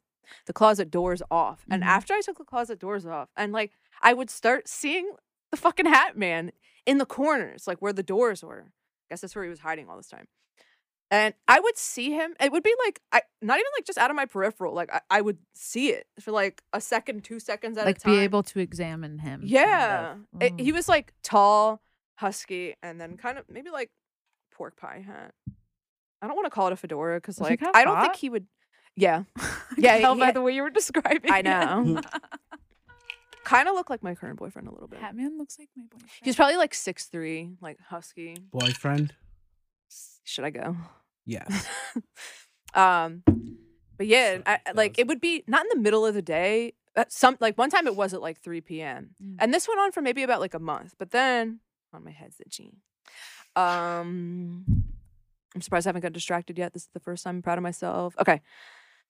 C: the closet doors off. And
A: Mhm.
C: after I took the closet doors off, and like I would start seeing the fucking Hat Man in the corners, like where the doors were. I guess that's where he was hiding all this time. And I would see him. It would be like I not even like just out of my peripheral. Like I, I would see it for like a second, two seconds at a
A: Like
C: time.
A: be able to examine him. kind of. (laughs)
C: Yeah. It-
A: Mm.
C: he was like tall, husky, and then kind of maybe like pork pie hat. I don't want to call it a fedora because
A: Was he
C: like
A: kinda
C: I don't think
A: hot?
C: he would. Yeah,
A: (laughs) I could
C: yeah,
A: tell
C: he
A: by
C: had-
A: (laughs) the way you were describing.
C: I
A: it. (laughs)
C: know. kind of look like my current boyfriend a little bit.
B: (laughs)
A: Hatman looks like my boyfriend.
C: He's probably like six three, like husky.
B: Boyfriend?
C: Should I go?
B: Yes.
C: (laughs) um, but yeah,
B: So
C: I, I- like
B: gross.
C: it would be not in the middle of the day. At some like one time it was at like three p.m.
A: Mm.
C: and this went on for maybe about like a month. But then on my head's itchy. Um, I'm surprised I haven't got distracted yet. This is the first time I'm proud of myself. Okay,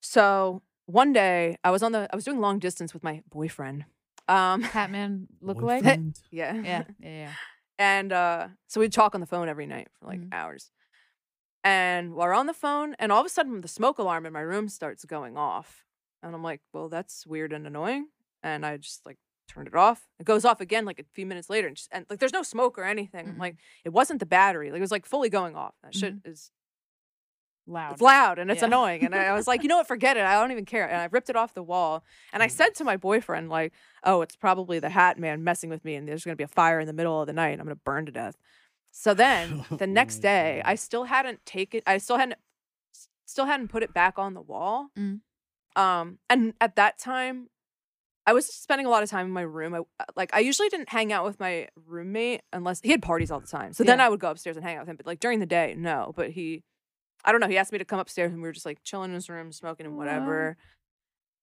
C: so one day I was on the I was doing long distance with my boyfriend. Um, (laughs)
A: Hatman look like. Yeah,
B: Boyfriend?
C: yeah,
A: yeah, yeah.
C: and uh, so we'd talk on the phone every night for like
A: Mhm.
C: hours. And we're on the phone, and all of a sudden the smoke alarm in my room starts going off. And I'm like, well, that's weird and annoying. And I just like turned it off. It goes off again like a few minutes later. And, just, and like there's no smoke or anything. I'm
A: Mm-mm.
C: like, it wasn't the battery. Like it was like fully going off. That shit is
A: Loud.
C: it's loud and it's
A: Yeah.
C: annoying. And I, I was like, you know what? Forget it. I don't even care. And I ripped it off the wall. And I said to my boyfriend, like, oh, it's probably the hat man messing with me. And there's going to be a fire in the middle of the night. And I'm going to burn to death. So then
B: Oh
C: the next
B: my
C: day, I
B: God.
C: still hadn't taken, I still hadn't, s- still hadn't put it back on the wall.
A: Mm.
C: Um, and at that time, I was spending a lot of time in my room. I, uh, like I usually didn't hang out with my roommate unless he had parties all the time. So then
A: Yeah.
C: I would go upstairs and hang out with him. But like during the day, no. But he, I don't know. He asked me to come upstairs, and we were just like chilling in his room, smoking and
A: Wow.
C: whatever.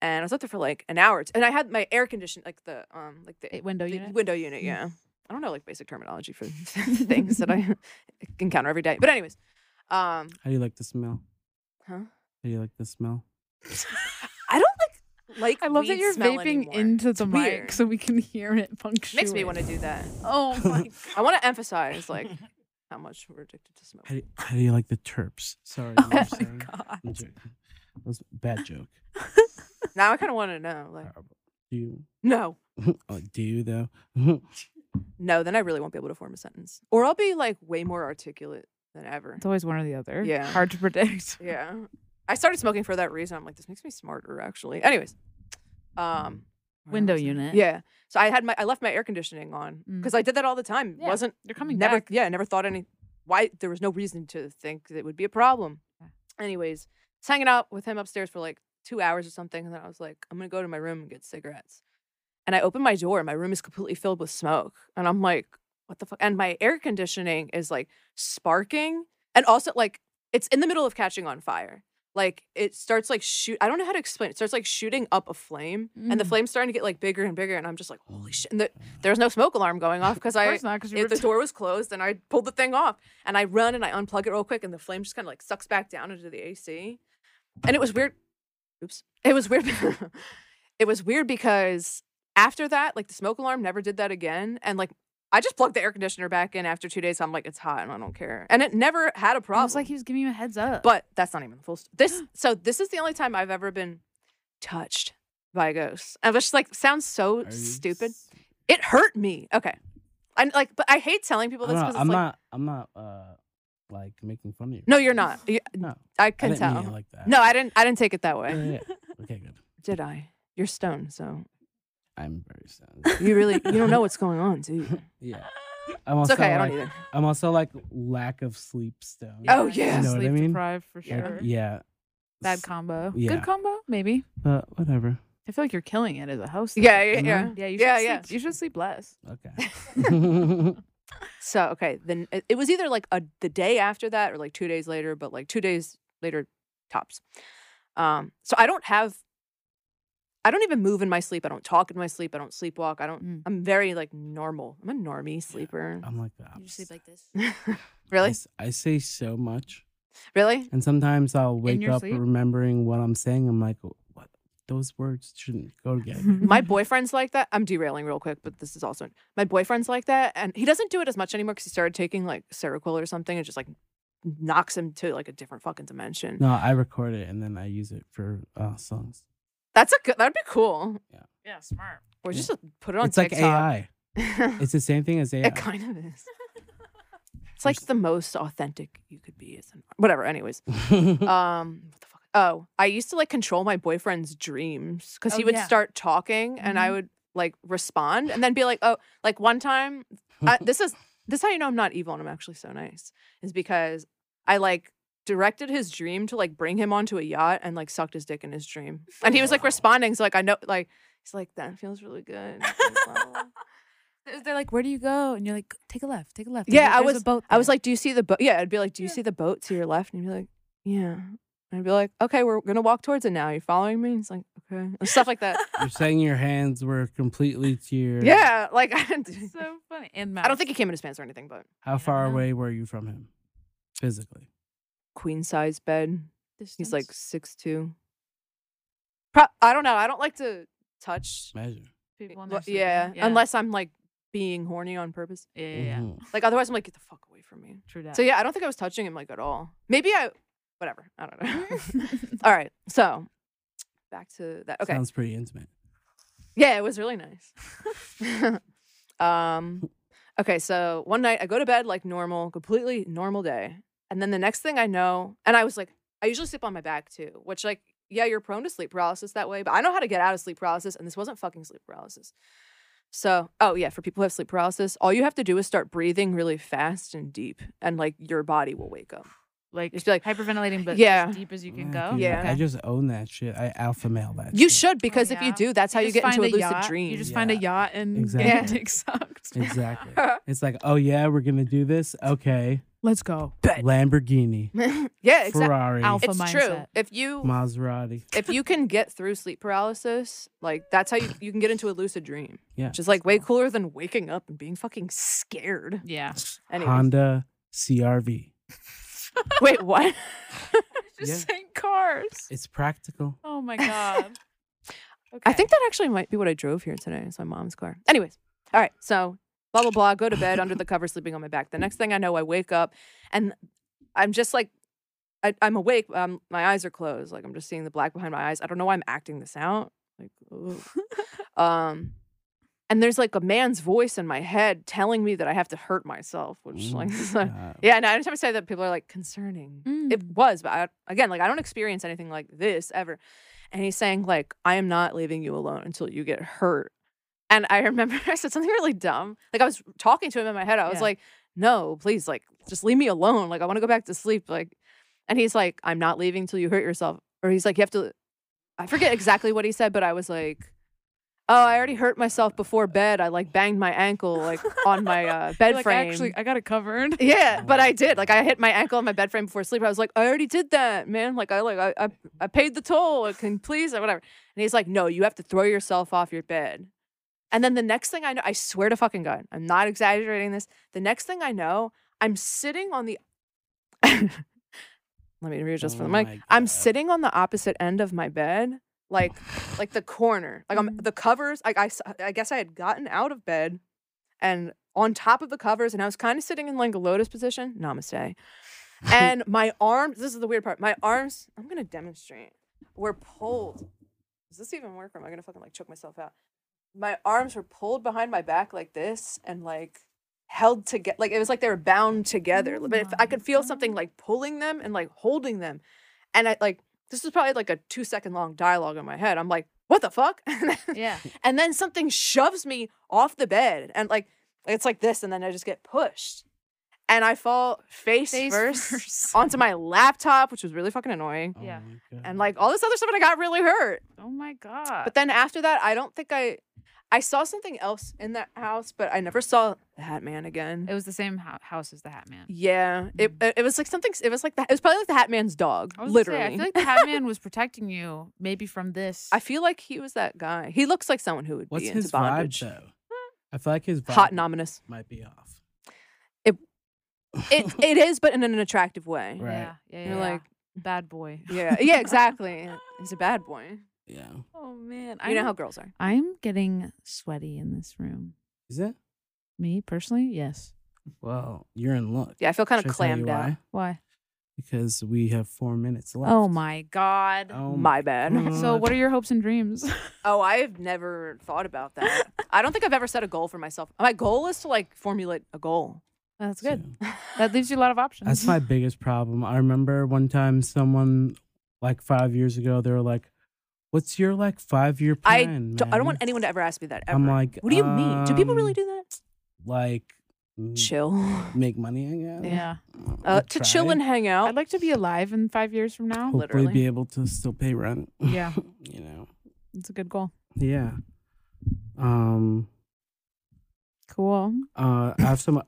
C: And I was up there for like an hour, and I had my air condition, like the um, like the
A: It- window
C: the
A: unit. Mm.
C: window unit. Yeah, I don't know like basic
A: (laughs)
C: terminology for (laughs) things that I (laughs) encounter every day. But anyways, um,
B: How do you like the smell?
C: Huh?
B: How do you like the smell?
C: I don't like like.
A: I love that
C: weed
A: you're
C: smell
A: vaping
C: anymore.
A: into the mic
C: weird.
A: so we can hear it punctuate.
C: Makes me want
A: (laughs)
C: to do (laughs) that.
A: Oh my god.
C: I want to emphasize like how much we're addicted to smoke.
B: How do, how do you like the terps?
C: (laughs)
B: Sorry.
A: Oh
B: you were
A: my
B: saying?
A: god.
B: I'm joking. That was a bad joke.
C: Now I kind of want to know. Like,
B: Horrible. Do you?
C: no,
B: (laughs) Oh, do you though?
C: no, then I really won't be able to form a sentence, or I'll be like way more articulate than ever.
A: It's always one or the other.
C: Yeah.
A: Hard to predict. (laughs)
C: Yeah, I started smoking for that reason. I'm like, this makes me smarter, actually. Anyways, um, where
A: Window
C: was I?
A: unit.
C: Yeah, so I had my I left my air conditioning on
A: Mm.
C: because I did that all the time.
A: Yeah,
C: wasn't
A: They're coming
C: never,
A: back.
C: Yeah, never thought any why there was no reason to think that it would be a problem.
A: Yeah.
C: Anyways, was hanging out with him upstairs for like two hours or something, and then I was like, I'm gonna go to my room and get cigarettes. And I open my door, and my room is completely filled with smoke, and I'm like, what the fuck? And my air conditioning is like sparking, and also like it's in the middle of catching on fire. Like it starts like shoot. I don't know how to explain. It, it starts like shooting up a flame, and the
A: Mm.
C: flame's starting to get like bigger and bigger. And I'm just like, holy shit! And the, there's no smoke alarm going off because
A: Of
C: I
A: course not, because you
C: it-
A: were
C: the
A: t- (laughs)
C: door was closed and I pulled the thing off and I run and I unplug it real quick and the flame just kind of like sucks back down into the AC. And it was weird. Oops. It was weird. (laughs) it was weird because after that, like the smoke alarm never did that again. And like I just plugged the air conditioner back in after two days. I'm like, it's hot and I don't care. And it never had a problem.
A: It was like he was giving you a heads up.
C: But that's not even the full story.
B: (gasps)
C: This so this is the only time I've ever been touched by a ghost. And it's just like sounds so
B: Are you
C: stupid.
B: s-
C: It hurt me. Okay. And like, but I hate telling people
B: I
C: this
B: don't know,
C: because it's
B: I'm
C: like,
B: not. I'm not. Uh, like making fun of you.
C: no, you're not. You-
B: (laughs) No,
C: I
B: I
C: can
B: didn't mean
C: tell.
B: it like that. Uh,
C: no, I didn't. I didn't take it that way.
B: Yeah, yeah,
C: (laughs)
B: yeah. Okay, good.
C: Did I? You're stoned, so
B: I'm very sad.
C: (laughs) you really you don't know what's going on, do you?
B: Yeah. I'm
C: It's
B: also
C: okay. I
B: like,
C: don't either.
B: I'm also like lack of sleep still.
C: Oh,
A: Like,
C: yeah.
B: You know what I
A: sleep
B: mean?
A: deprived for
C: Yeah.
A: sure.
B: (laughs) Yeah.
A: Bad combo.
B: Yeah.
A: Good combo, maybe.
B: But whatever.
A: I feel like you're killing it as a host. though.
C: Yeah, yeah,
B: Mhm.
C: yeah.
A: Yeah, you should
C: Yeah,
A: sleep,
C: yeah.
A: You should sleep less.
C: (laughs)
B: Okay.
C: So okay, then it, it was either like a the day after that or like two days later, but like two days later tops. Um, so I don't have. I don't even move in my sleep. I don't talk in my sleep. I don't sleepwalk. I don't.
A: Mm.
C: I'm very like normal. I'm a normie sleeper.
B: (laughs) I'm like that.
A: like this. (laughs)
C: really,
B: I say so much.
C: really.
B: And sometimes I'll wake
A: your
B: up
A: sleep?
B: remembering what I'm saying. I'm like, what? Those words shouldn't go together.
C: My boyfriend's like that. I'm derailing real quick, but this is also my boyfriend's like that, and he doesn't do it as much anymore because he started taking like Seroquel or something, and just like knocks him to like a different fucking dimension.
B: no, I record it and then I use it for uh, songs.
C: That's a good. That'd be cool.
A: yeah, smart.
C: Or
B: Yeah.
C: just put it on
B: it's like
C: TikTok.
B: AI.
C: (laughs) AI.
B: It's the same thing as AI.
C: It kind of is. It's like the most authentic you could be as an whatever. Anyways,
A: (laughs)
C: (laughs) um, what the fuck? Oh, I used to like control my boyfriend's dreams because he
A: Oh,
C: would
A: yeah.
C: start talking and I
A: Mhm.
C: would like respond and then be like, oh, like one time,
A: (laughs)
C: I, this is this is how you know I'm not evil and I'm actually so nice is because I like directed his dream to like bring him onto a yacht and like sucked his dick in his dream and he was like
B: Wow.
C: responding so like I know like he's like that feels really good. Blah, blah, blah.
A: They're like, where do you go? And you're like, take a left, take a left.
C: Yeah,
A: There's-
C: I
A: there's a
C: was-
A: boat
C: I was
A: there."
C: like, "Do you see the boat?" Yeah, I'd be like, "Do you
A: Yeah.
C: see the boat to your left?" And he'd be like, "Yeah." And I'd be like, "Okay, we're gonna walk towards it now. Are you following me?" He's like, "Okay," and stuff like uh, that.
B: (laughs)
A: (laughs)
B: You're saying your hands were completely to your.
C: (laughs) yeah, like (laughs) I, didn't-
A: so funny. And
C: I don't think he came in his pants or anything, but
B: How
A: don't
B: far
A: know.
B: away were you from him physically?
C: queen size bed.
A: Distance.
C: He's like six two. Pro- I don't know. I don't like to touch.
B: Measure.
A: people. in
C: Well,
A: their sleep,
C: yeah, unless I'm like being horny on purpose.
A: Yeah, yeah, yeah.
B: Mhm.
C: Like otherwise, I'm like, get the fuck away from me.
A: True that.
C: So yeah, I don't think I was touching him like at all. Maybe I, whatever. I (laughs) don't know. all right, so back to that. Okay.
B: Sounds pretty intimate.
C: Yeah, it was really nice. (laughs) um, okay, so one night I go to bed like normal, completely normal day. And then the next thing I know, and I was like, I usually sleep on my back too, which, like, yeah, you're prone to sleep paralysis that way, but I know how to get out of sleep paralysis, and this wasn't fucking sleep paralysis. So, oh yeah, for people who have sleep paralysis, all you have to do is start breathing really fast and deep, and like your body will wake up.
A: (laughs) like,
C: Just be like,
A: hyperventilating, but
C: yeah.
A: as deep as you can
B: Yeah,
A: go.
B: dude, like,
C: Yeah.
B: I just own that shit. I alpha male that.
C: You
B: shit.
C: should, because if
A: yeah.
C: you do, that's how you
A: just
C: get into a
A: find a
C: lucid
A: yacht-
C: dream.
A: You just find a
B: Yeah.
A: yacht and (laughs)
B: Exactly.
A: get your dick sucked. (laughs)
B: Exactly. It's like, oh yeah, we're gonna do this. Okay,
A: Let's go.
B: Lamborghini,
C: (laughs) yeah, exactly.
B: Ferrari,
A: Alpha
C: It's true.
A: mindset.
C: If you
B: Maserati.
C: if you can get through sleep paralysis, like that's how you, you can get into a lucid dream.
B: Yeah.
C: Which is like way cooler than waking up and being fucking scared.
A: Yeah.
C: Anyways.
B: Honda CRV.
C: (laughs) Wait, what?
A: Just (laughs)
B: Yeah.
A: saying cars.
B: It's practical.
A: Oh my
C: (laughs)
A: god. Okay.
C: I think that actually might be what I drove here today. It's my mom's car. Anyways, all right. So blah blah blah. Go to bed under the cover, sleeping on my back. The next thing I know, I wake up, and I'm just like, I, I'm awake. but Um, my eyes are closed. Like I'm just seeing the black behind my eyes. I don't know why I'm acting this out. Like, ugh. um, and there's like a man's voice in my head telling me that I have to hurt myself, which
B: Mm,
C: (laughs) like,
B: uh,
C: yeah. No, anytime I say that, people are like concerning. It
A: Mm.
C: was, but I, again, like I don't experience anything like this ever. And he's saying like, I am not leaving you alone until you get hurt. And I (laughs) remember I said something really dumb. Like I was talking to him in my head. I was
A: Yeah.
C: like, No, please, like just leave me alone. Like I want to go back to sleep. Like, and he's like, I'm not leaving till you hurt yourself. Or he's like, You have to. I forget exactly what he said, but I was like. Oh, I already hurt myself before bed. I like banged my ankle like on my uh,
A: (laughs)
C: bed
A: You're like,
C: frame.
A: Actually, I got it covered. (laughs)
C: Yeah, but I
B: Wow.
C: did. Like I hit my ankle on my bed frame before sleep. I was like, I already did that, man. Like I like I I, I paid the toll. I Can please or whatever. And he's like, No, you have to throw yourself off your bed. And then the next thing I know, I swear to fucking God, I'm not exaggerating this. The next thing I know, I'm sitting on the. (laughs) Let me readjust for
B: Oh
C: the mic.
B: my
C: I'm
B: God.
C: sitting on the opposite end of my bed, like like the corner, like
B: Mm-hmm.
C: I'm
A: Mhm.
C: the covers. Like I, s- I guess I had gotten out of bed, and on top of the covers, and I was kind of sitting in like a lotus position. Namaste. And my arms. This is the weird part. My arms. I'm gonna demonstrate. Were pulled. Does this even work? Or am I gonna fucking like choke myself out? My arms were pulled behind my back like this, and like held together. Like it was like they were bound together.
A: Oh
C: but if
A: my
C: I could feel something like pulling them and like holding them, and I like this was probably like a two second long dialogue in my head. I'm like, what the fuck? (laughs) And then-
A: Yeah.
C: and then something shoves me off the bed, and like it's like this, and then I just get pushed, and I fall face,
A: (laughs) Face
C: first,
A: first.
C: onto my laptop, which was really fucking annoying.
B: Oh
A: Yeah.
B: my God.
C: And like all this other stuff, and I got really hurt.
A: Oh my god.
C: But then after that, I don't think I I saw something else in that house, but I never saw the Hat Man again.
A: it was the same hou- house as the Hat Man.
C: yeah, it it was like something. It was like that. It was probably like the Hat Man's dog,
A: I was gonna say,
C: literally.
A: I feel like the Hat Man was protecting you, maybe from this.
C: like he was that guy. He looks like someone who would
B: What's
C: be into
B: his
C: bondage.
B: vibe though? I feel like his vibe
C: Hot
B: (laughs)
C: and ominous.
B: might be off.
C: It- It it is, but in an attractive way.
B: Right.
A: Yeah. Yeah. yeah
C: You're
A: yeah.
C: like,
A: (laughs) bad boy.
C: yeah,
B: (laughs)
C: yeah, exactly. He's a bad boy.
B: (laughs) yeah.
A: Oh man.
C: You know how girls are.
A: I'm getting sweaty in this room.
B: Is it?
A: Me personally, yes.
B: Well, you're in luck.
C: Yeah, I feel kind
B: Should
C: of
B: I tell you
C: clammed out.
B: why?
A: Why?
B: Because we have four minutes left.
A: Oh my god.
B: Oh
C: My bad.
A: So
B: God.
A: what are your hopes and dreams? (laughs)
C: Oh, I've never thought about that. I don't think I've ever set a goal for myself. My goal is to like formulate a goal.
A: That's
B: So-
A: good. That leaves you a lot of options.
B: That's my biggest problem. I remember one time someone, like five years ago, they were like, "What's your like five year
C: I
B: plan?"
C: don't, I don't want
B: man?"
C: anyone to ever ask me that. Ever.
B: I'm like,
C: what do you mean? Do people really
B: um,
C: do that?
B: like mm,
C: Chill.
B: make money? I guess.
A: yeah.
B: Mm,
C: (laughs) Uh, to chill
B: try.
C: and hang
A: I'd
C: out.
A: like to be alive in five years from now.
B: hopefully
C: literally.
B: be able to still pay rent.
A: (laughs)
B: (laughs)
A: Yeah.
B: you know.
A: It's a good goal.
B: Yeah. Um.
A: Cool.
B: Uh. I have some.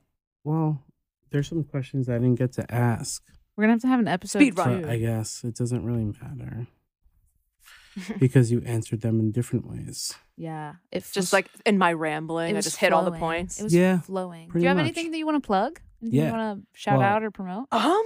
B: Well, there's some questions I didn't get to ask.
A: We're gonna have to have an episode
C: Speed
A: two.
C: run.
B: But I guess it doesn't really
C: (laughs)
B: matter because you answered them in different ways.
A: Yeah. It
C: Just
A: was-
C: like in my
A: it
C: rambling, I
A: was
C: just hit all the
A: flowing.
C: points.
A: It was
B: Yeah,
A: flowing. Do
B: pretty
A: you have
B: much.
A: anything that you want to plug? Anything
B: Yeah.
A: you want to shout
B: Well-
A: out or promote?
C: um,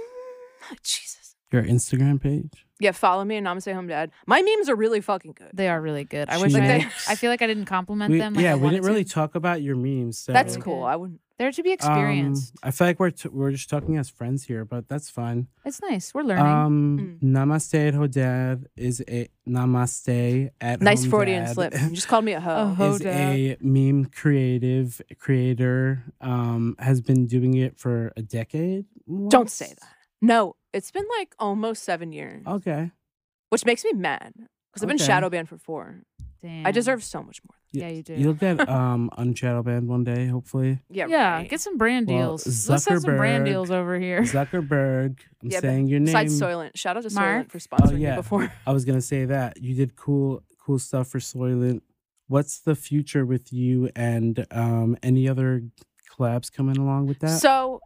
C: Jesus.
B: Your Instagram page.
C: Yeah, follow me and Namaste Home Dad. My memes are really fucking good.
A: They are really good. I wish
B: She
A: I,
C: Like
A: had- I feel like I didn't compliment
B: We-
A: them. Like
B: yeah,
A: I
B: we didn't
A: wanted
B: really
A: to.
B: talk about your memes. So
C: That's
A: really
C: cool.
A: good.
C: I wouldn't.
A: They're to be
B: um,
A: experienced.
B: I feel like we're t- we're just talking as friends here, but that's fine.
A: it's nice. We're learning.
B: Um,
C: Mm.
B: Namaste at Hodad is a Namaste at
C: Nice
B: Home
C: Freudian
B: Dad (laughs)
C: slip.
A: (laughs)
C: You just called me a hoe.
A: Oh.
B: is a meme creative creator. Um, has been doing it for a decade.
C: Don't say
B: once?
C: that. No, it's been like almost seven years,
A: Oh.
B: Okay.
C: which makes me mad because I've been
B: Okay.
C: shadow banned for four.
A: Damn.
C: I deserve so much more.
A: Yeah, you do.
B: You'll
C: (laughs)
B: get um unshadowbanned one day, hopefully.
C: Yeah,
A: yeah,
C: right.
A: get some brand
B: Well,
A: deals. Let's have some brand
B: Zuckerberg-
A: deals over
C: (laughs)
A: here.
B: Zuckerberg. I'm
C: Yeah, but
B: saying your name.
C: Besides Soylent, shout out to
A: Mark?
C: Soylent for sponsoring
B: Oh, yeah.
C: me before.
B: I was gonna say that you did cool, cool stuff for Soylent. What's the future with you and um any other collabs coming along with (laughs) that?
C: (laughs) So,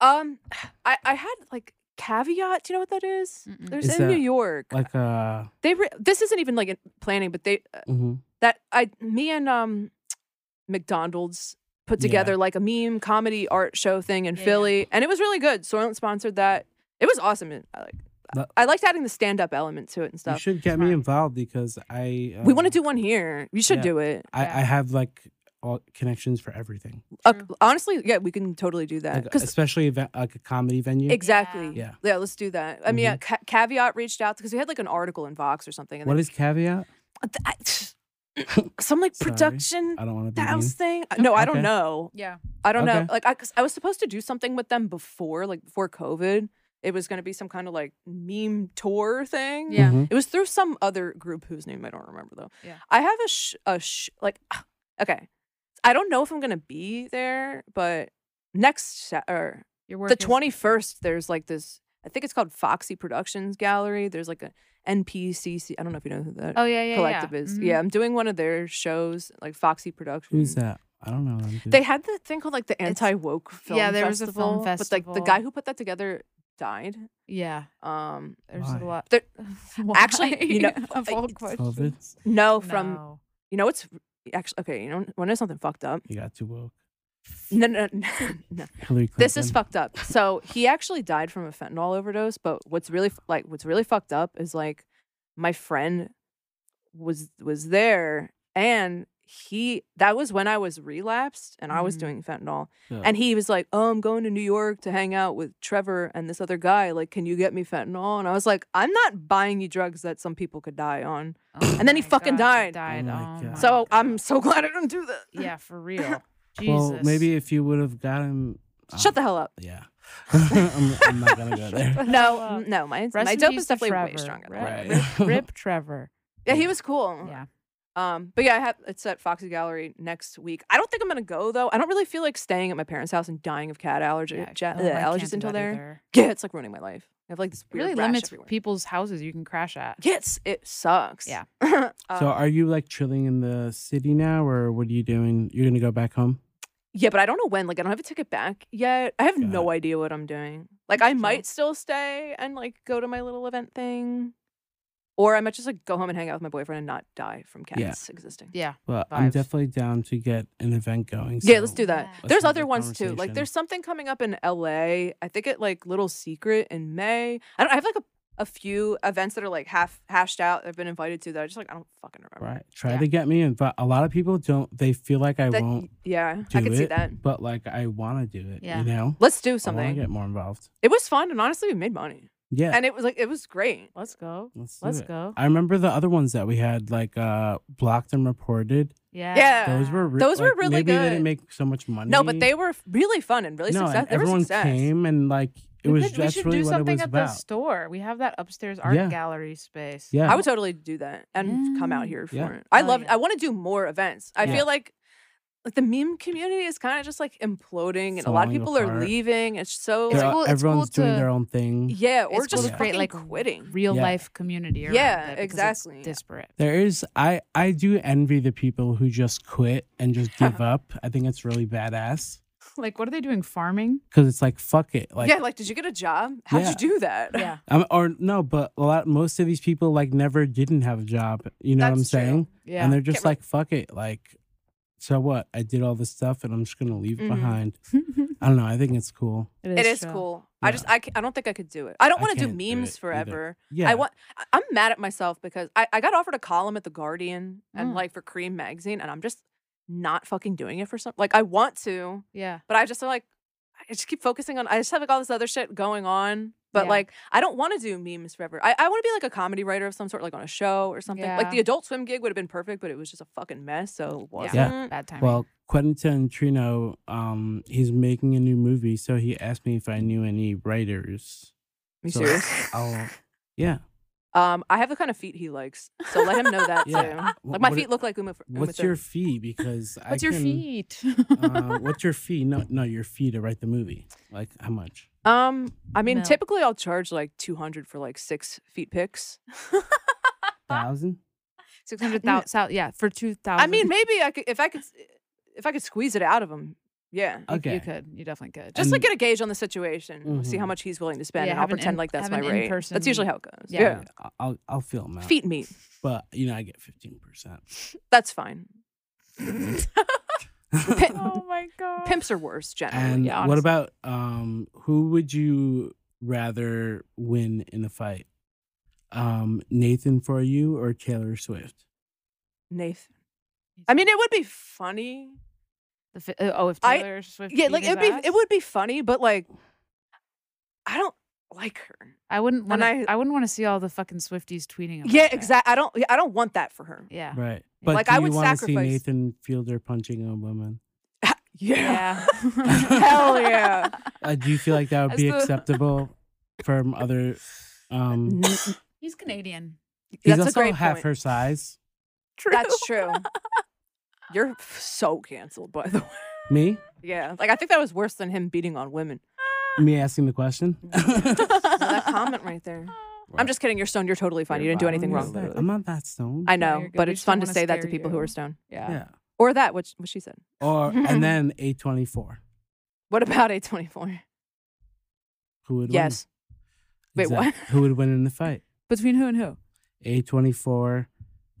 C: um, (sighs) I I had like caveat. Do you know what that is?
A: Mm-mm.
C: There's
B: Is
C: in New
B: that
C: York.
B: like uh,
C: they re- this isn't even like in planning, but they uh,
B: mhm.
C: that I me and um McDonald's put
B: Yeah.
C: together like a meme comedy art show thing in
A: Yeah, yeah.
C: Philly, and it was really good. Soylent sponsored that. It was awesome. and I like.
B: That-
C: I liked adding the stand up element to it and
B: you
C: stuff.
B: should get me
A: Smart.
B: involved because I
C: we want to
B: um,
C: do one here. You should
B: yeah.
C: do it.
B: I,
A: Yeah.
B: I have like all connections for everything,
C: Uh,
A: True.
C: honestly, yeah, we can totally do that.
B: like,
C: 'Cause
B: especially event, like a comedy venue.
C: Exactly.
B: Yeah.
C: Yeah, let's do that. I mean, yeah, ca- Caveat reached out because we had like an article in Vox or something. And
B: Mm-hmm. what is caveat?
C: then,
B: (laughs)
C: I- some like
B: Sorry.
C: production
B: I don't want to be mean.
C: house thing? Uh, No, I don't
B: Okay.
C: know.
A: yeah.
C: I don't know.
B: Okay.
C: Like, I, cause I was supposed to do something with them before, like before COVID. It was going to be some kind of like meme tour thing.
A: Yeah.
B: Mhm.
C: It was through some other group whose name I don't remember though.
A: Yeah.
C: I have a sh- a sh- like (sighs) okay. I don't know if I'm going to be there, but next Sa- or
A: Your work
C: the
A: is-
C: 21st there's like this i think it's called foxy productions gallery there's like a npcc i don't know if you know who that
A: Oh yeah, yeah,
C: collective
A: yeah.
C: is
A: Mhm.
C: yeah Mm-hmm. i'm doing one of their shows like foxy productions
B: Who's that? I don't know. them, dude.
C: Mm. they had the thing called like the anti-woke film
A: yeah, there was a film
C: but like the guy
A: festival.
C: who put that together died
A: Yeah.
C: um
A: There's
B: Why?
A: a lot.
C: There-
A: (laughs) Why?
C: actually, you know,
A: (laughs) of
C: I-
A: all
C: it's-
A: questions.
C: no
A: (clears throat)
C: from
A: No.
C: you know it's actually okay you know want to know something fucked (laughs) up
B: you got too woke.
C: no no (laughs) no, no.
B: Hillary Clinton.
C: this is fucked up. So he actually died from a fentanyl overdose. But what's really f- like what's really fucked up is like my friend was was there and he that was when I was relapsed and I was
A: Mhm.
C: doing fentanyl
B: Yeah.
C: and he was like, "Oh, I'm going to New York to hang out with Trevor and this other guy. Like, can you get me fentanyl?" And I was like, "I'm not buying you drugs that some people could die on."
A: Oh
C: And then he
A: my
C: fucking
A: God,
C: died.
A: Died.
B: Oh
A: Oh
B: my
A: my
B: God.
C: So
A: God.
C: (laughs) I'm so glad I didn't do that.
A: (laughs) yeah, for real. Jesus.
B: (laughs) Well,
A: (laughs)
B: maybe if you would have got him.
C: Shut the hell up. (laughs)
B: Yeah. I'm, I'm not gonna go there.
A: Shut the hell
C: No,
A: up.
C: n- no, my,
A: Rest
C: my
A: in
C: dope
A: peace
C: is
A: to
C: definitely way
A: Trevor.
C: stronger. than
B: Right.
C: that.
A: Rip,
B: (laughs)
A: rip (laughs) Trevor.
C: Yeah, he was cool.
A: Yeah.
C: Um, but yeah, I have it's at Foxy Gallery next week. I don't think I'm gonna go though. I don't really feel like staying at my parents' house and dying of cat allergy,
A: Yeah,
C: ja-
A: oh,
C: ugh,
A: I can't
C: allergies
A: do
C: until
A: that
C: there.
A: either.
C: Yeah, it's like ruining my life. I have like this
A: It
C: weird
A: really
C: rash
A: limits
C: everywhere.
A: people's houses you can crash at.
C: Yes, it sucks. (laughs)
A: Yeah.
C: um,
B: So, are you like chilling in the city now, or what are you doing? You're gonna go back home?
C: yeah, but I don't know when. Like, I don't have a ticket back yet. I have
B: Got
C: no idea what I'm doing. Like, I
A: Sure.
C: might still stay and like go to my little event thing, or I might just like go home and hang out with my boyfriend and not die from cats
B: Yeah.
C: existing.
A: Yeah.
B: Well, I'm
A: Vibes.
B: definitely down to get an event going.
C: Yeah, let's
B: so-
C: do that.
A: Yeah.
B: Let's
C: There's
B: have
C: other
B: that
C: ones too. Like
B: conversation.
C: there's something coming up in LA. I think at like Little Secret in May. I don't I have like a, a few events that are like half hashed out that I've been invited to that I just like I don't fucking remember.
B: Right. Try
A: Yeah.
B: to get me in, but a lot of people don't. They feel like I
C: That-
B: won't,
C: yeah, I
B: do
C: could see
B: it.
C: that.
B: but like I want to do it.
A: Yeah.
B: You know,
C: Let's do
B: I want to
C: something.
B: get more involved.
C: It was fun and honestly we made money.
B: Yeah.
C: And it was like it was great.
A: Let's go.
B: let's do
A: Let's
B: it.
A: go.
B: I remember the other ones that we had, like uh blocked and reported.
A: Yeah.
B: Those were re-
C: Those were
B: like,
C: really
B: maybe They
C: good.
B: didn't make so much money.
C: No, but they were f- really fun and really
B: no, and
C: successful. They were
B: everyone
C: success.
B: came and like it was.
A: we could, we
B: that's
A: should
B: really
A: do
B: what
A: something
B: it was
A: at
B: about.
A: the store. We have that upstairs art
B: Yeah.
A: gallery space.
B: Yeah.
C: I would totally do that and come out
A: Yeah.
C: here for
B: Yeah.
C: it. I
A: Oh,
C: love.
A: yeah.
C: I want to do more events. I
A: Yeah.
C: feel like like the meme community is kind of just like imploding, and a lot of
B: Falling
C: people are
B: apart.
C: leaving. It's so
A: It's
B: They're-
C: like,
A: cool- it's
B: everyone's
A: cool
B: doing
A: to-
B: their own thing.
C: yeah, or
A: it's
C: just
A: cool to create like
C: fucking quitting.
A: real
B: Yeah.
A: life community. around
C: Yeah,
A: it because it's
C: exactly.
A: disparate. (laughs)
B: There is I I do envy the people who just quit and
A: (laughs)
B: just give up. I think it's really badass
A: Like, what are they doing? Farming?
B: because it's like fuck it. Like
C: yeah, like did you get a job? How'd
B: Yeah.
C: you do that?
B: (laughs)
A: Yeah.
B: I'm, or no, but a lot most of these people like never didn't have a job. You know what I'm
C: That's true.
B: saying?
A: (laughs) Yeah.
B: And they're just
C: really-
B: like fuck it. Like so what? I did all this stuff and I'm just gonna leave
C: Mhm.
B: it
A: Mm-hmm.
B: behind.
A: (laughs)
B: I don't know. I think it's cool.
C: It is
A: chill.
C: cool.
B: Yeah.
C: I just I, ca- I don't think I could do it. I don't
B: I
C: want to do
B: can't do
C: memes
B: it either.
C: forever.
B: Yeah.
C: I want. I- I'm mad at myself because I, I got offered a column at the Guardian and
A: Mm.
C: like for Cream magazine, and I'm just not fucking doing it for some. Like I want to,
A: Yeah.
C: but I just like I just keep focusing on I just have like all this other shit going on. But
A: Yeah.
C: like I don't want to do memes forever. I, I want to be like a comedy writer of some sort, like on a show or something.
A: Yeah.
C: Like the adult swim gig would have been perfect, but it was just a fucking mess. So it wasn't.
B: Yeah.
A: Bad timing.
B: well, Quentin Tarantino, um, he's making a new movie, so he asked me if I knew any writers.
C: Are you
B: So
C: serious?
A: (laughs)
B: (laughs) I'll, yeah.
C: Um I have the kind of feet he likes. So let him know that
B: Yeah.
C: too.
B: Wh-
C: Like my
B: what-
C: feet look like Uma. F- Uma
B: What's
C: Thurman.
B: your fee? Because I
A: What's your
B: can-
A: feet? (laughs)
B: uh, what's your fee? No, no, your fee to write the movie. Like how much?
C: um I mean
A: No.
C: typically I'll charge like two hundred for like six feet pics.
B: Thousand?
A: Six
C: (laughs)
A: hundred
B: (laughs)
A: thousand. Yeah, for two thousand.
C: I mean maybe I could if I could s- if I could squeeze it out of him. Yeah.
A: okay.
B: Okay.
A: you could. You definitely (laughs) could.
C: Just to
B: And-
C: get a gauge on the situation, We'll see how
B: Mhm.
C: much he's willing to spend,
A: Mm-hmm. Yeah,
C: and I'll
A: have an
C: pretend
A: in-
C: like that's
A: have
C: my
A: an
C: rate. That's usually how it goes.
A: Yeah.
C: Yeah,
B: I- I'll I'll fill them out.
C: feet meat.
B: But you know, I get fifteen
A: (laughs)
B: percent.
C: That's fine.
B: (laughs)
A: oh my god.
C: Pimps are worse generally.
B: And
A: yeah,
B: what
A: honestly.
B: about um who would you rather win in a fight? Um Nathan for you or Taylor Swift?
C: Nathan. I mean, it would be funny.
A: The fi- uh, oh, if
C: I-
A: Taylor Swift.
C: Yeah,
A: beat
C: like
A: his
C: it'd be
A: ass,
C: it would be funny, but like, I don't like her.
A: I wouldn't want. I,
C: I-
A: wouldn't want to see all the fucking Swifties tweeting. About
C: Yeah,
A: that.
C: exactly. I don't. yeah, I don't want that for her.
A: Yeah.
B: Right. But
C: Like,
B: do
C: I
B: you
C: would
B: wanna
C: sacrifice-
B: see Nathan Fielder punching a
C: (laughs)
B: woman? (laughs)
A: Yeah. (laughs)
C: Hell yeah.
B: Uh, do you feel like that would
A: As
B: be
A: the-
B: acceptable from other um
C: N-
A: He's Canadian.
B: he's
C: That's a
B: also
C: great
B: half
C: point.
B: her size?
A: True.
C: (laughs) That's
A: (laughs)
C: true. You're so canceled, by the (laughs) way.
B: Me?
C: Yeah, like I think that was worse than him beating on women.
B: Me asking the
C: (laughs)
B: question?
C: No, that comment right there. I'm just kidding. You're stoned. You're totally fine. You didn't do anything
B: I'm
C: wrong.
B: not- I'm not that stoned.
C: I
A: No,
C: know,
A: you're good.
C: but
A: We
C: it's
A: just
C: fun
A: don't
C: to
A: wanna
C: say that to
A: scare
C: people who
A: you.
C: are stoned.
A: (laughs) Yeah.
B: yeah.
C: Or that, which what she said.
B: Or
C: (laughs)
B: and then A twenty four.
C: What about A24?
B: Who would
C: Yes.
B: win?
C: Wait, what?
B: (laughs) Who would win in the fight?
A: Between who and who?
B: A twenty four.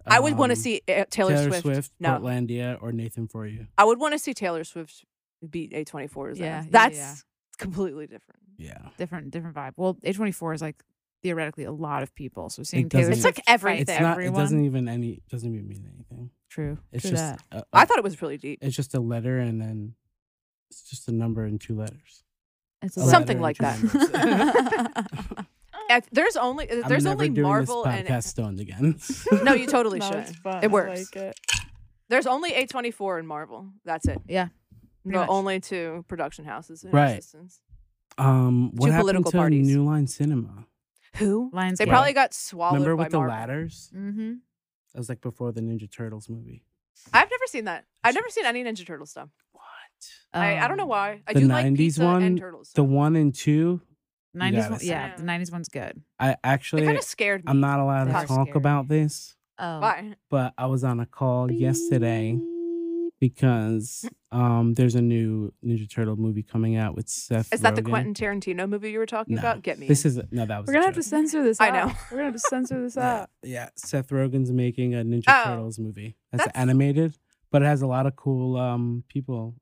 C: I would
B: Um,
C: want to see uh, Taylor, Swift. No.
B: Portlandia, or Nathan for you.
C: I would want to see Taylor Swift beat A24's
A: Yeah, yeah,
C: ass.
A: yeah.
C: That's completely different.
B: Yeah.
A: Different, different vibe. Well, A twenty four is like theoretically a lot of people. So seeing
B: doesn't-
A: Taylor
B: It's
A: Swift
C: like
A: fight
C: everything.
B: It's
C: It's
B: not.
A: everyone.
B: It doesn't even any. Doesn't even mean anything.
A: True.
B: It's
A: True
B: just.
A: that.
B: A, a-
C: I thought it was really deep.
B: it's just a letter, and then it's just a number and two letters.
A: It's
B: a
C: Something like
B: letter
C: that.
B: and two numbers.
C: (laughs) I- there's only uh,
B: I'm
C: there's
B: never
C: only
B: doing
C: Marvel
B: this
C: and
B: podcast
C: (laughs)
B: stoned again. (laughs)
C: no, you
A: (laughs)
C: totally
A: No,
C: should.
A: it's fun. I
C: It works.
A: like it.
C: There's only A24 and Marvel. That's it.
A: Yeah. Pretty
C: the
A: much.
C: only two production houses in
B: Right.
C: existence.
B: Um, what
C: Two
B: happened
C: political
B: to
C: parties.
B: New Line Cinema?
C: Who?
A: Lions.
C: They
B: Yeah.
C: probably got swallowed
B: Remember
C: by
B: with the
C: Marvel.
B: ladders?
A: Mm-hmm.
B: That was like before the Ninja Turtles movie.
C: I've never seen that. I've never seen any Ninja Turtle stuff.
B: What?
C: I, I don't know
A: Um,
C: why. I
B: Um, the
C: do like
B: 90s
C: pizza
B: one,
C: and turtles.
B: The one and two,
A: Nineties.
B: gotta
A: One,
B: see
A: yeah,
C: it.
A: the nineties one's good.
B: I
C: they
B: actually
C: kind of scared me.
B: I'm not allowed to
A: They're
B: talk
A: scary.
B: about this,
A: Oh,
C: Why?
B: but I was on a call yesterday because um there's a new Ninja Turtle movie coming out with Seth.
C: Is that the
B: Rogen.
C: Quentin Tarantino movie you were talking
B: No.
C: about? Get me.
B: This
C: in.
B: is no, that was
A: we're
B: a
A: gonna have to
B: joke.
A: censor this.
C: I
B: (laughs)
A: out.
C: know.
A: We're gonna have to censor this
B: Yeah,
A: out.
B: yeah, Seth Rogen's making a Ninja
C: Oh,
B: Turtles movie. That's,
C: that's-
B: animated, but it has a lot of cool um people,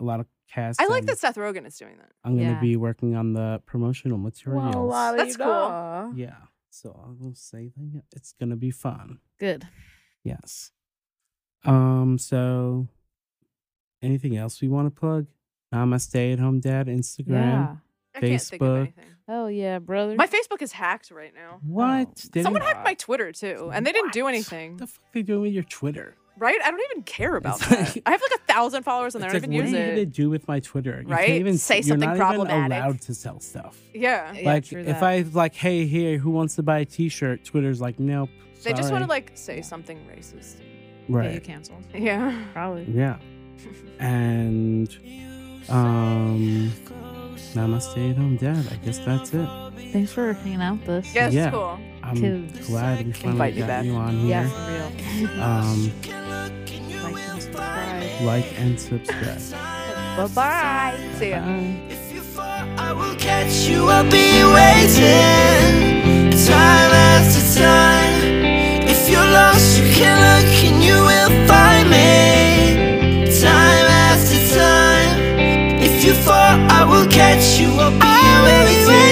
B: a lot of cast.
C: I like
B: and
C: that Seth Rogen is doing that.
B: I'm gonna
A: Yeah.
B: be working on the promotional materials.
C: That's cool.
A: la-di-da.
B: yeah, so I will say that it's gonna be fun.
A: Good.
B: Yes. Um. So, anything else we want to plug? I'm a stay-at-home dad. Instagram.
A: Yeah.
C: I can't think of
B: Facebook.
C: anything.
A: Oh yeah, brother.
C: My Facebook is hacked right now.
B: What? They
C: Someone
B: didn't-
C: hacked my Twitter too, and they didn't do
B: What
C: anything.
B: The fuck they doing with your Twitter?
C: Right? I don't even care about
B: It's
C: that.
B: like-
C: I have like a thousand followers and I
B: It's
C: don't
B: like,
C: even
B: what
C: use
B: are you gonna
C: it.
B: do with my Twitter? You
C: Right?
B: can't even
C: Say
B: you're
C: something
B: not Even
C: problematic.
B: allowed to sell stuff.
C: Yeah.
A: Yeah,
B: like
A: true
B: if
A: that.
B: I like, hey, here, who wants to buy a T-shirt? Twitter's like, nope.
C: They just
B: sorry."
C: want to like say something racist.
A: Get you
B: right,
A: canceled.
C: Yeah. (laughs)
A: Probably.
B: yeah, and um, now I'm a stay-at-home dad. I guess that's it.
A: Thanks for hanging out with us.
C: Yeah, it's
B: Yeah.
C: cool.
B: I'm
A: Kids.
B: glad we finally
C: Invite you
B: got
C: back.
B: you on here.
A: Yeah, for real.
B: Um,
A: Like and subscribe.
B: like and subscribe.
C: Bye (laughs) bye. See ya.
B: Bye.
D: If you fall, I will catch you. I'll be waiting time after time. If you're lost, you can look and you will find me time after time. If you fall, I will catch you. I'll be waiting.